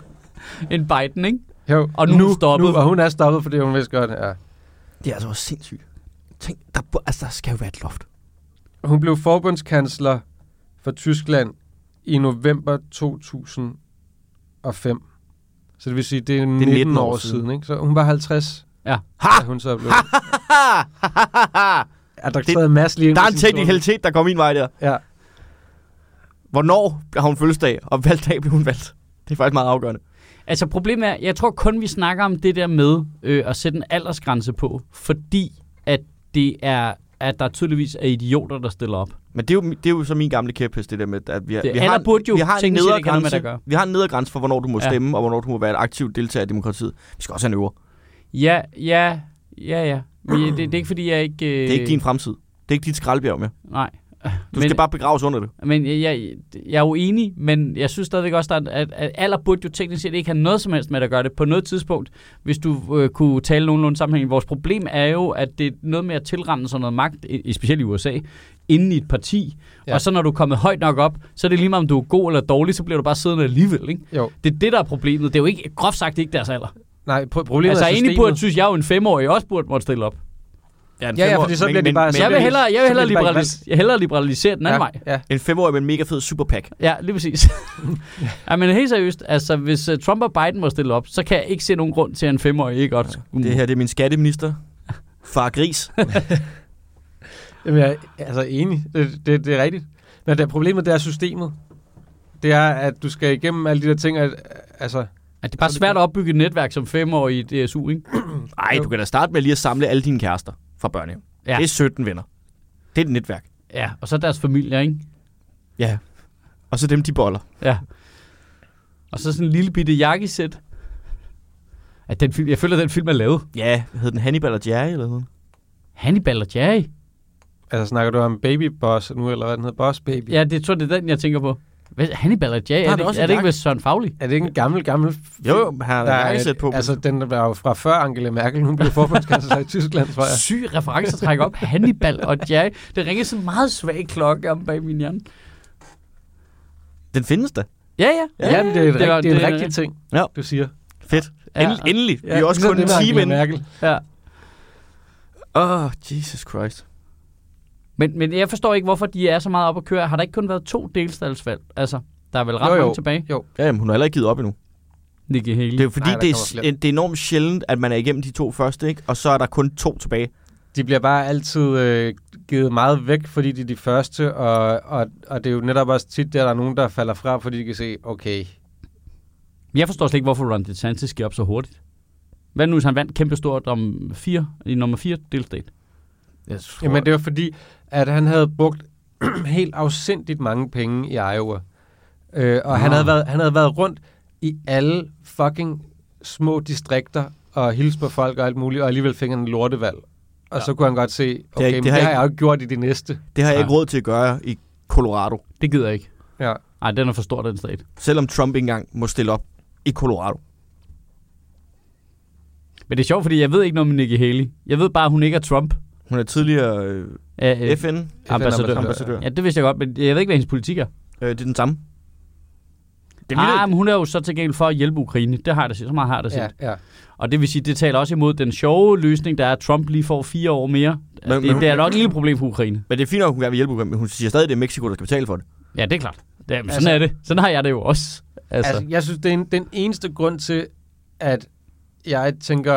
S1: end Biden, ikke?
S2: Jo,
S1: Og nu er hun stoppet.
S2: Nu, og hun er stoppet, fordi hun vidste godt, ja.
S3: Det er altså også sindssygt. Tænk, der, bur- altså, der skal jo være et loft.
S2: Hun blev forbundskansler for Tyskland i november 2005. Så det vil sige, det er 19,
S3: 19
S2: år siden. ikke? Så hun var 50,
S1: Ja.
S2: da hun så blev... Ja, der træder Mads lige ind
S3: Der er
S2: med sin
S3: en
S2: stol.
S3: teknikalitet, der kommer min vej der.
S2: Ja.
S3: Hvornår har hun fødselsdag, og valgdag blev hun valgt? Det er faktisk meget afgørende.
S1: Altså problemet er, jeg tror kun vi snakker om det der med øh, at sætte en aldersgrænse på, fordi at det er at der tydeligvis er idioter, der stiller op.
S3: Men det er, jo, det er jo så min gamle kæphest, det der med, at vi, har-
S1: Det-
S3: vi,
S1: alle
S3: har, en-
S1: burde jo
S3: vi har en
S1: tænke sig, det ikke har noget med det
S3: nedergrænse,
S1: at gøre.
S3: vi har en nedergrænse for, hvornår du må
S1: Ja.
S3: stemme, og hvornår du må være et aktivt deltager i demokratiet. Vi skal også have en øver.
S1: Ja, ja, ja, ja. Men det, det er ikke fordi, jeg ikke... Øh,
S3: Det er ikke din fremtid. Det er ikke dit skraldbjerg med.
S1: Nej.
S3: Du men, skal bare begraves under det.
S1: Men jeg, jeg, jeg er uenig, men jeg synes stadigvæk også, at, at, at alder burde jo teknisk set ikke have noget som helst med at gøre det på noget tidspunkt, hvis du øh, kunne tale nogenlunde sammenhæng. Vores problem er jo, at det er noget med at tilrende sådan noget magt, i, i- specielt i USA, inden i et parti.
S2: Ja.
S1: Ja. Og så når du er kommet højt nok op, så er det lige meget, om du er god eller dårlig, så bliver du bare siddende alligevel. Ikke?
S2: Jo.
S1: Det er det, der er problemet. Det er jo ikke, groft sagt ikke deres alder.
S2: Nej, pro- problemet
S1: Altså
S2: er
S1: egentlig
S2: systemet.
S1: burde, synes jeg jo en femårig også burde måtte stille op.
S3: en
S2: Ja, ja,
S3: femårig-
S2: fordi så bliver det bare-
S1: Men jeg
S2: bliver
S1: vil
S2: det-
S1: hellere, jeg
S2: så
S1: vil hellere,
S2: bliver det bare
S1: liberalis- jeg hellere liberalisere den anden ja. vej.
S2: ja, ja.
S3: En femårig med en mega fed superpack.
S1: Ja, lige præcis. ja, men helt seriøst, altså hvis uh, Trump og Biden må stille op, så kan jeg ikke se nogen grund til, at en femårig ikke godt skulle.
S3: Det her, det er min skatteminister. Far gris.
S2: Jamen, jeg er altså enig. Det, det, det er rigtigt. Men det, problemet, det er systemet. Det er, at du skal igennem alle de der ting, at, altså...
S1: Ja, det er bare svært at opbygge et netværk som femårig i DSU, ikke?
S3: Ej, du kan da starte med lige at samle alle dine kærester fra børnehaven.
S1: Ja.
S3: Ja. Det er 17 venner. Det er et netværk.
S1: Ja, og så deres familier, ikke?
S3: Ja. Og så dem, de boller.
S1: Ja. Og så sådan en lille bitte jakkesæt. At den film, jeg føler, at den film er lavet.
S3: Ja, hed den Hannibal og Jerry eller noget?
S1: Hannibal og Jerry.
S2: Altså, snakker du om Baby Boss nu, eller hvad den hedder? Boss Baby?
S1: Ja, det tror jeg, det er den, jeg tænker på. Hvad, Hannibal og Jerry, er
S3: Der er der
S1: det,
S3: også
S1: er
S3: en
S1: det ikke
S3: jakke.
S1: ved Søren Fagli?
S2: Er det ikke en gammel, gammel... f-
S3: Jo, jo, har
S2: der er
S3: der
S2: et-
S3: på.
S2: Altså, den var jo fra før Angela Merkel. Hun blev forbundskansler i Tyskland, tror jeg.
S1: Syg reference at trække op. Hannibal og Jerry. Det ringer sådan en meget svag klokke om bag min hjerne.
S3: den findes da.
S1: Ja, ja.
S2: Ja, ja det er, det,
S1: var-
S2: det er en
S1: det-
S2: rigtig ting,
S3: Ja.
S2: du siger.
S3: Fedt.
S1: Ja.
S3: Endelig, endelig. Vi
S2: Ja,
S3: er også
S2: ligesom
S3: kun
S2: det
S3: en
S2: med
S3: time
S2: Angela
S3: inden.
S2: Merkel.
S1: ja.
S3: Åh, oh, Jesus Christ.
S1: Men, men jeg forstår ikke, hvorfor de er så meget op at køre. Har der ikke kun været to delstatsvalg? Altså, der er vel ret
S2: Jo, jo.
S1: mange tilbage?
S2: Jo.
S3: Ja, jamen, hun har heller ikke givet op endnu.
S1: Nikki Haley.
S3: Det er jo fordi,
S2: Nej, der
S3: Nej, det, er,
S2: kommer
S3: s-
S2: flere.
S3: det er enormt sjældent, at man er igennem de to første, ikke? Og så er der kun to tilbage.
S2: De bliver bare altid øh, givet meget væk, fordi de er de første, og, og, og det er jo netop også tit, der, der er nogen, der falder fra, fordi de kan se, okay,
S1: Jeg forstår slet ikke, hvorfor Ron DeSantis giver op så hurtigt. Hvad nu, hvis han vandt kæmpestort om fire, i nummer 4 delstat?
S3: Jeg tror,
S2: Jamen det var fordi, at han havde brugt (clears throat) helt afsindigt mange penge i Iowa. Øh, og han
S1: Nå.
S2: havde, været, han havde været rundt i alle fucking små distrikter og hilse på folk og alt muligt, og alligevel fik han en lortevalg. Og ja. så kunne han godt se, okay, det,
S3: ikke-
S2: men
S3: det
S2: det
S3: har
S2: har
S3: ikke-
S2: jeg jo ikke gjort i det næste.
S3: det har jeg
S1: Nej.
S3: ikke råd til at gøre i Colorado.
S1: Det gider jeg ikke.
S2: Ja.
S1: Nej, den er for stor, den stat.
S3: Selvom Trump ikke engang må stille op i Colorado.
S1: Men det er sjovt, fordi jeg ved ikke noget om Nikki Haley. Jeg ved bare, at hun ikke er Trump.
S3: Hun er tidligere øh,
S1: Æh, øh,
S3: FN-ambassadør.
S1: ambassadør.
S2: FN-ambassadør.
S1: Ja, det vidste jeg godt, men jeg ved ikke, hvad hendes politik er.
S3: Øh, det er den samme. Det
S1: ah, men hun er jo så til gengæld for at hjælpe Ukraine. Det har jeg da set. Så meget har jeg da set.
S2: Ja, ja.
S1: Og det vil sige, det taler også imod den sjove løsning, der er, at Trump lige får fire år mere.
S3: Men-
S1: det,
S3: men-
S1: det er nok et lille problem for Ukraine.
S3: Men det er fint nok, at hun gerne vil hjælpe Ukraine, men hun siger stadig, at det er Mexico, der skal betale for det.
S1: Ja, det er klart. Det, jamen, sådan
S2: Altså-
S1: er det. Sådan har jeg det jo også. Altså,
S2: Altså,
S1: altså,
S2: jeg synes, det er en, den eneste grund til, at jeg tænker,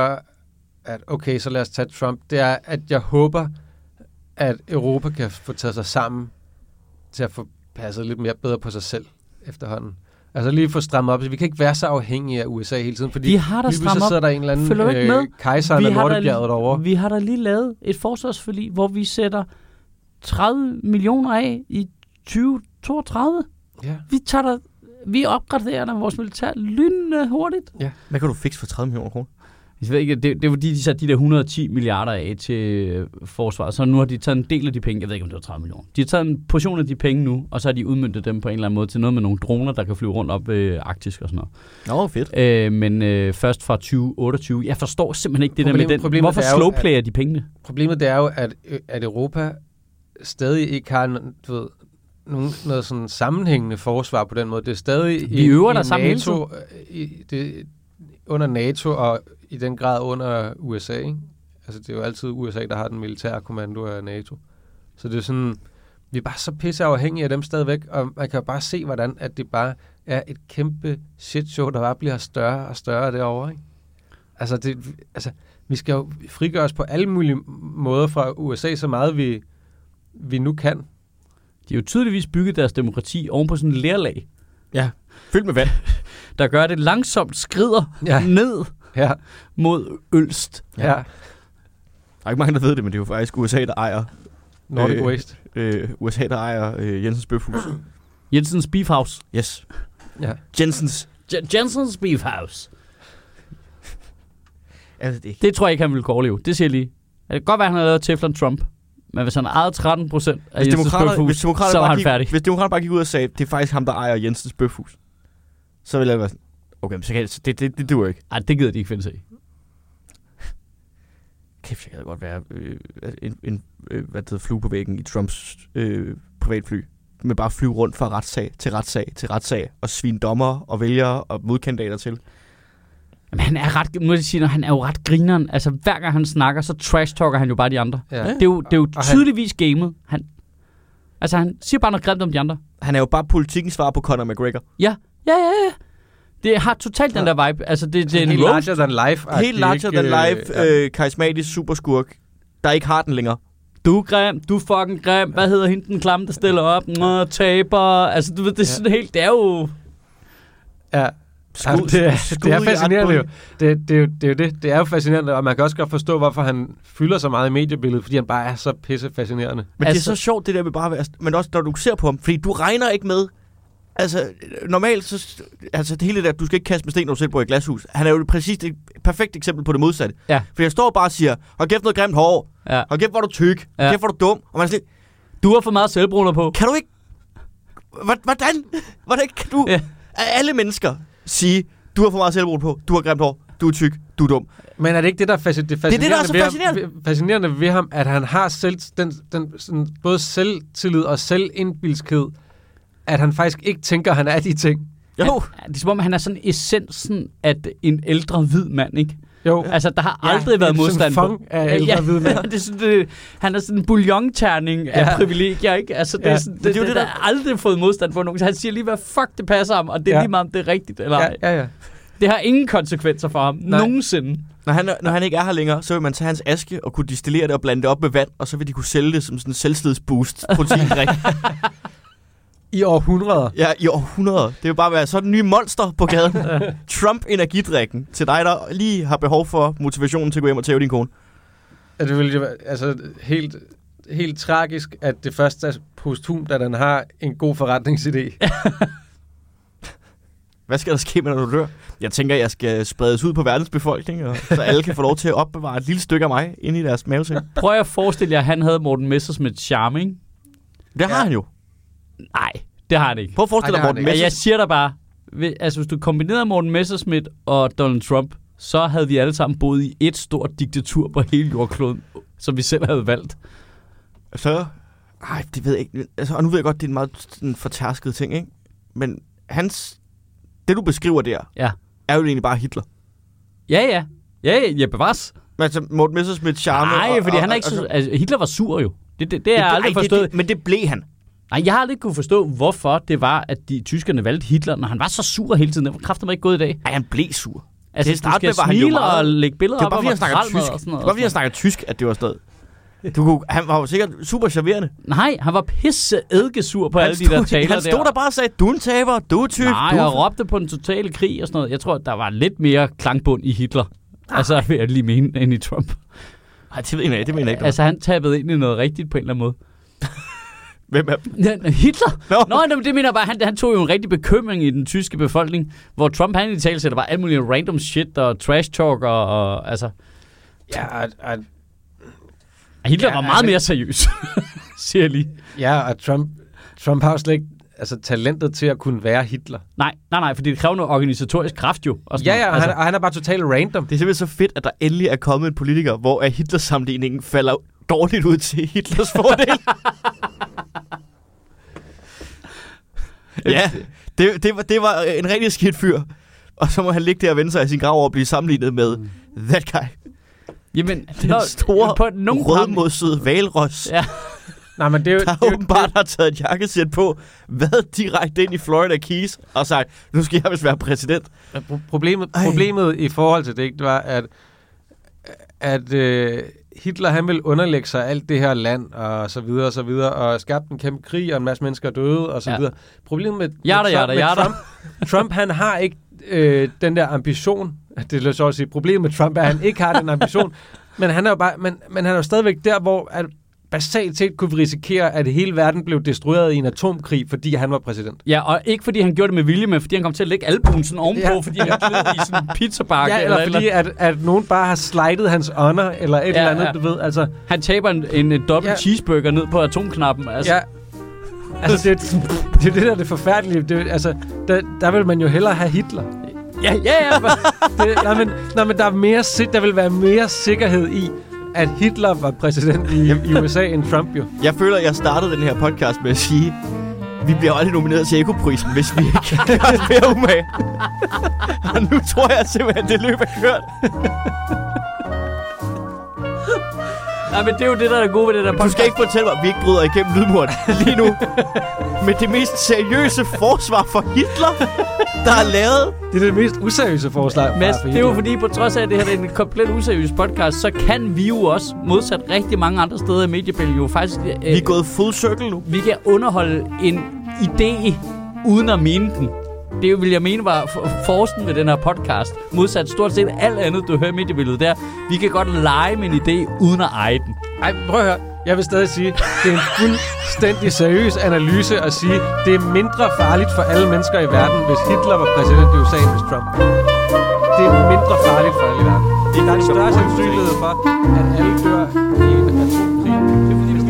S2: at okay, så lad os tage Trump, det er, at jeg håber, at Europa kan få taget sig sammen til at få passet lidt mere bedre på sig selv efterhånden. Altså lige få strammet op. Vi kan ikke være så afhængige af USA hele tiden, fordi
S1: Vi har da
S2: lige pludselig
S1: strammet op.
S2: sidder der en eller
S1: Følger du ikke
S2: anden
S1: med?
S2: kejser af Nordebjerget derovre.
S1: vi har da lige Mm. lavet et forsvarsforlig, hvor vi sætter 30 millioner af i 2032.
S2: Ja.
S1: Vi, tager da, vi opgraderer da vores militær lynende hurtigt.
S3: Hvad kan du fikse for 30 millioner kroner?
S1: Jeg ved ikke, det, det var fordi, de satte de der 110 milliarder af til øh, forsvaret, så nu har de taget en del af de penge, jeg ved ikke, om det var 30 millioner. De har taget en portion af de penge nu, og så har de udmyndtet dem på en eller anden måde til noget med nogle droner, der kan flyve rundt op øh, Arktis og sådan noget.
S3: Nå, fedt.
S1: Øh, men øh, først fra 2028. Jeg forstår simpelthen ikke det
S2: Problemet-
S1: der med den.
S2: problemet
S1: Hvorfor
S2: er jo, at-
S1: slowplayer de pengene?
S2: Problemet det er jo, at, ø- at Europa stadig ikke har en- du ved, nogen, noget sådan sammenhængende forsvar på den måde. Det er stadig
S1: Vi øver der sammen hele
S2: NATO, øh, i, det, under NATO og i den grad under USA. Ikke? Altså, det er jo altid USA, der har den militære kommando af NATO. Så det er sådan, vi er bare så pisse afhængige af dem stadigvæk, og man kan jo bare se, hvordan at det bare er et kæmpe shitshow, der bare bliver større og større derovre. Ikke? Altså, det, altså, vi skal jo frigøre os på alle mulige måder fra USA, så meget vi, vi nu kan.
S1: De har jo tydeligvis bygget deres demokrati oven på sådan en lærlag,
S3: Fyldt med vand.
S1: der gør at det langsomt skrider
S2: Ja.
S1: ja. ned
S2: (laughs) Ja,
S1: mod ølst.
S2: ja. ja.
S3: Der er ikke mange, der ved det, men det er jo faktisk USA, der ejer,
S2: Nordic
S3: Øh.
S2: Waste.
S3: øh, USA, der ejer øh, Jensens Bøfhus.
S1: Jensens Beefhouse.
S3: Yes.
S2: Ja.
S3: Jensens.
S1: J- Jensens Beefhouse.
S3: Altså, det er
S1: Det tror jeg ikke, han ville kunne overleve. Det siger jeg lige. Det kan godt være, at han har lavet Teflon Trump. Men hvis han ejede 13 procent af
S3: Hvis
S1: Jensens
S3: demokraterne,
S1: Bøfhus,
S3: hvis demokraterne
S1: så var
S3: bare
S1: han
S3: gik,
S1: færdig.
S3: Hvis demokraterne bare gik ud og sagde, det er faktisk ham, der ejer Jensens bøfhus, så ville jeg være sådan, okay, men så kan jeg, så det, det, det duer ikke.
S1: Ej, det gider de ikke finde sig i.
S3: Kæft, jeg gad godt være øh, en, en øh, hvad det hedder, flue på væggen i Trumps øh, privatfly. Men bare flyve rundt fra retssag til retssag til retssag, og svine dommer og vælgere og modkandidater til.
S1: Jamen, han er ret, må jeg sige, når han er jo ret grineren. Altså, hver gang han snakker, så trash-talker han jo bare de andre.
S2: Ja.
S1: Det er jo, det er jo
S2: Og han-
S1: tydeligvis gamet. Han, altså, han siger bare noget grimt om de andre.
S3: Han er jo bare politikens svar på Conor McGregor.
S1: Ja, ja, ja, ja. Det har totalt den der vibe. Altså, det, det er en
S2: Helt
S1: roast.
S2: larger than life.
S3: Helt larger than life,
S2: Ja.
S3: øh, karismatisk superskurk, der ikke har den længere.
S1: Du er grim, du er fucking grim. Hvad hedder hende, den klamme, der stiller op? Nå, taber. Altså, du ved, det er sådan helt... Det er jo...
S2: ja. Jamen,
S3: Skud-
S2: det, er,
S3: skud
S2: det er
S3: i
S2: fascinerende jo.
S3: armbøjen.
S2: Det, det, er jo- det er jo det. Det er jo fascinerende, og man kan også godt forstå, hvorfor han fylder så meget i mediebilledet, fordi han bare er så pisse fascinerende.
S3: Men altså,
S1: Altså-
S3: det er så sjovt, det der med bare at være... Men også, når du ser på ham, fordi du regner ikke med... Altså, normalt så... Altså, det hele det der, du skal ikke kaste med sten, når du selv bor i et glashus. Han er jo præcis et perfekt eksempel på det modsatte.
S1: Ja.
S3: Fordi jeg står bare og siger, har kæft noget grimt hår,
S1: Ja.
S3: har kæft, hvor er du tyk, ja.
S1: Ja.
S3: kæft, hvor er du dum. Og man er sådan, lidt,
S1: Du har for meget selvbruner på.
S3: kan du ikke... Hva- Hvordan? Hvordan kan du...
S1: Ja.
S3: Af alle mennesker sige, du har for meget selvbrug på, du har grimt hår, du er tyk, du er dum.
S2: Men er det ikke det, der er, fasci- det
S3: det, der er så
S2: ved ham-
S3: fascinerende.
S2: ved- fascinerende ved ham, at han har selv, den, den, sådan, både selvtillid og selvindbilskhed, at han faktisk ikke tænker, at han er de ting.
S3: Jo,
S1: Han, det er som om, han er sådan essensen af en ældre hvid mand, ikke?
S2: Jo,
S1: Altså, der har aldrig været modstand
S2: på.
S1: på.
S2: Sådan af ældre ja. hvide mænd.
S1: (laughs) det er sådan, det, han er sådan en bouillon-terning ja. af
S2: Ja.
S1: privilegier, ikke? Altså, det,
S2: Ja.
S1: ja. er sådan,
S3: Men
S1: det, det, er jo det,
S3: der-
S1: der har aldrig fået modstand for nogen. Så han siger lige, hvad fuck det passer ham, og det er
S2: Ja.
S1: ja. lige meget, om det er rigtigt eller
S2: (laughs) Ja,
S1: ej.
S2: ja, ja.
S1: Det har ingen konsekvenser for ham.
S2: Nej.
S1: Nogensinde.
S3: Når han, når han ikke er her længere, så vil man tage hans aske og kunne distillere det og blande det op med vand, og så vil de kunne sælge det som sådan en selvstedsboost
S2: (laughs)
S3: proteindrik.
S2: I århundreder.
S3: ja, i århundreder. Det vil bare være sådan en ny monster på gaden. Trump energidrikken til dig, der lige har behov for motivationen til at gå hjem og tæve din kone.
S2: At det ville jo være altså, helt, helt tragisk, at det først er posthumt, at han har en god forretningsidé.
S3: Hvad skal der ske, når du dør? Jeg tænker, jeg skal spredes ud på verdens befolkning, og så alle kan få lov til at opbevare et lille stykke af mig inde i deres mavesæk.
S1: Prøv at forestille jer, at han havde Morten Messersmiths charme, ikke?
S3: Det har
S2: Ja.
S3: han jo.
S1: Nej, det har han ikke.
S3: Prøv at forestille
S2: Ej, det
S3: dig,
S2: har han
S3: Morten
S1: Men jeg
S3: Messers.
S1: siger dig bare, hvis- altså hvis du kombinerede Morten Messerschmidt og Donald Trump, så havde vi alle sammen boet i et stort diktatur på hele jordkloden, som vi selv havde valgt.
S3: Så? Ej, det ved jeg ikke. Altså, og nu ved jeg godt, det er en meget sådan, fortærsket ting, ikke? Men hans... Det, du beskriver der,
S1: Ja.
S3: er jo egentlig bare Hitler.
S1: Ja, ja. Ja, ja, ja bevares.
S3: Men altså, Morten Messerschmidt charme...
S1: Nej,
S3: og-
S1: fordi
S3: og-
S1: han er
S3: og-
S1: ikke
S3: og-
S1: så... Altså, Hitler var sur jo. Det, det, det har jeg aldrig
S3: ej,
S1: forstået.
S3: Det, det, men det blev han.
S1: Nej, jeg har aldrig kunne forstå, hvorfor det var, at de tyskerne valgte Hitler, når han var så sur hele tiden. Det var kraften ikke gået i dag.
S3: Ej, han blev sur.
S1: Altså,
S3: Til at
S1: du
S3: starte
S1: skal
S3: med var han jo
S1: smile
S3: meget-
S1: og lægge billeder
S3: Det var
S1: op,
S3: bare,
S1: og
S3: fordi han
S1: hvor
S3: snakker
S1: træl man er
S3: tysk.
S1: og
S3: Det
S1: sådan noget.
S3: var, fordi han snakker tysk, at det var sted. Du kunne, han var jo sikkert super charmerende.
S1: Nej, han var pisse eddikesur på
S3: han
S1: alle de der taler
S3: han stod der bare og sagde, du er en taber, du er tyk,
S1: Nej,
S3: du er
S1: og råbte på den totale krig og sådan noget. Jeg tror, der var lidt mere klangbund i Hitler. Altså, vil jeg lige mene, end i Trump. øh,
S3: Ej, det ved jeg ikke, det mener jeg ikke.
S1: Altså,
S3: Altså,
S1: han tabede ind i noget rigtigt på en eller anden måde.
S3: Hvem er dem?
S1: Ja, Hitler?
S3: Nå.
S1: (laughs) Nå, nej, men det mener jeg bare, han, han tog jo en rigtig bekymring i den tyske befolkning, hvor Trump han i tale sætter bare alt muligt random shit og trash talk og, og altså...
S2: Ja, og, og,
S1: Hitler ja,
S2: Ja,
S1: var meget
S2: men-
S1: mere seriøs, (laughs) siger jeg lige.
S2: ja, og Trump, Trump har jo slet ikke altså, talentet til at kunne være Hitler.
S1: Nej, nej, nej, for det kræver noget organisatorisk kraft jo. Og sådan
S2: Ja, ja,
S1: noget.
S2: og,
S1: altså,
S2: han, og han er bare totalt random.
S3: Det er simpelthen så fedt, at der endelig er kommet en politiker, hvor at Hitler-sammenligningen falder dårligt ud til Hitlers
S1: (laughs)
S3: fordel. ja, det, det, var, det var en rigtig skidt fyr. Og så må han ligge der og vende sig i sin grav og blive sammenlignet med that guy.
S1: Altså, Jamen,
S3: Den
S1: Mm. nå,
S3: store
S1: på nogen param-
S3: rødmodsede valros,
S1: Ja.
S3: ja,
S2: Nej, men det er jo... det er
S3: der
S2: jo-
S3: åbenbart har taget et jakkesæt på, været direkte ind i Florida Keys og sagt, nu skal jeg vist være præsident.
S2: Men pro- Problemet,
S3: Ej.
S2: problemet i forhold til det, ikke, det var, at, at øh, Hitler han ville underlægge sig alt det her land, og så videre, og så videre, og skabte en kæmpe krig, og en masse mennesker døde, og så
S1: Ja.
S2: videre. Problemet med,
S1: Jada,
S2: med,
S1: jada,
S2: med
S1: jada.
S2: Trump, Trump, han har ikke øh, den der ambition, (laughs) det er så at sige, problemet med Trump er, at han ikke har den (laughs) ambition, men han er jo bare, men, men han er jo stadigvæk der, hvor at basalt set kunne vi risikere, at hele verden blev destrueret i en atomkrig, fordi han var præsident.
S1: Ja, og ikke fordi han gjorde det med vilje, men fordi han kom til at lægge albuen sådan ovenpå, ja.
S2: Ja.
S1: fordi han klød i sådan en pizzabakke.
S2: Ja, eller fordi,
S1: eller.
S2: at, at nogen bare har slidet hans honor, eller et
S1: Ja,
S2: ja, eller andet,
S1: ja.
S2: ja. du ved. Altså,
S1: Han taber en, en, en dobbelt ja.
S2: Ja.
S1: cheeseburger ned på atomknappen. Altså.
S2: altså, ja. altså det, det er det, der er det forfærdelige. Det, altså, der, der vil man jo hellere have Hitler.
S1: ja, ja, ja. for-
S2: Det, nej, men, nej, men der, er mere, si- der vil være mere sikkerhed i, at Hitler var præsident i,
S1: (laughs)
S2: i USA end Trump jo.
S3: Jeg føler, at jeg startede den her podcast med at sige, vi bliver aldrig nomineret til Ekoprisen, hvis vi ikke gør os mere umage. Og nu tror jeg simpelthen, det løb er kørt.
S1: Nej, men det er jo det, der er gode ved det der
S3: Du
S1: podcast.
S3: skal ikke fortælle mig, at vi ikke bryder igennem lydmuren lige nu. Med det mest seriøse forsvar for Hitler, der er lavet.
S2: Det er det mest useriøse forslag.
S1: Mads,
S2: fra
S1: det er
S2: Hitler.
S1: jo fordi, på trods af, at det her er en komplet useriøs podcast, så kan vi jo også, modsat rigtig mange andre steder i mediebilledet, jo faktisk... Øh,
S3: Vi er gået full circle nu.
S1: vi kan underholde en idé, uden at mene den. Det jo, vil jeg mene var f- forsen ved den her podcast. Modsat stort set alt andet, du hører i mediebilledet, der. Vi kan godt lege med en idé, uden at eje den.
S2: Ej, prøv at høre. Jeg vil stadig sige, det er en fuldstændig seriøs analyse at sige, det er mindre farligt for alle mennesker i verden, hvis Hitler var præsident i USA end hvis Trump. var. Det er mindre farligt for alle i verden. Der er en større sandsynlighed for, at alle dør i en atomkrig. Det er fordi, hvis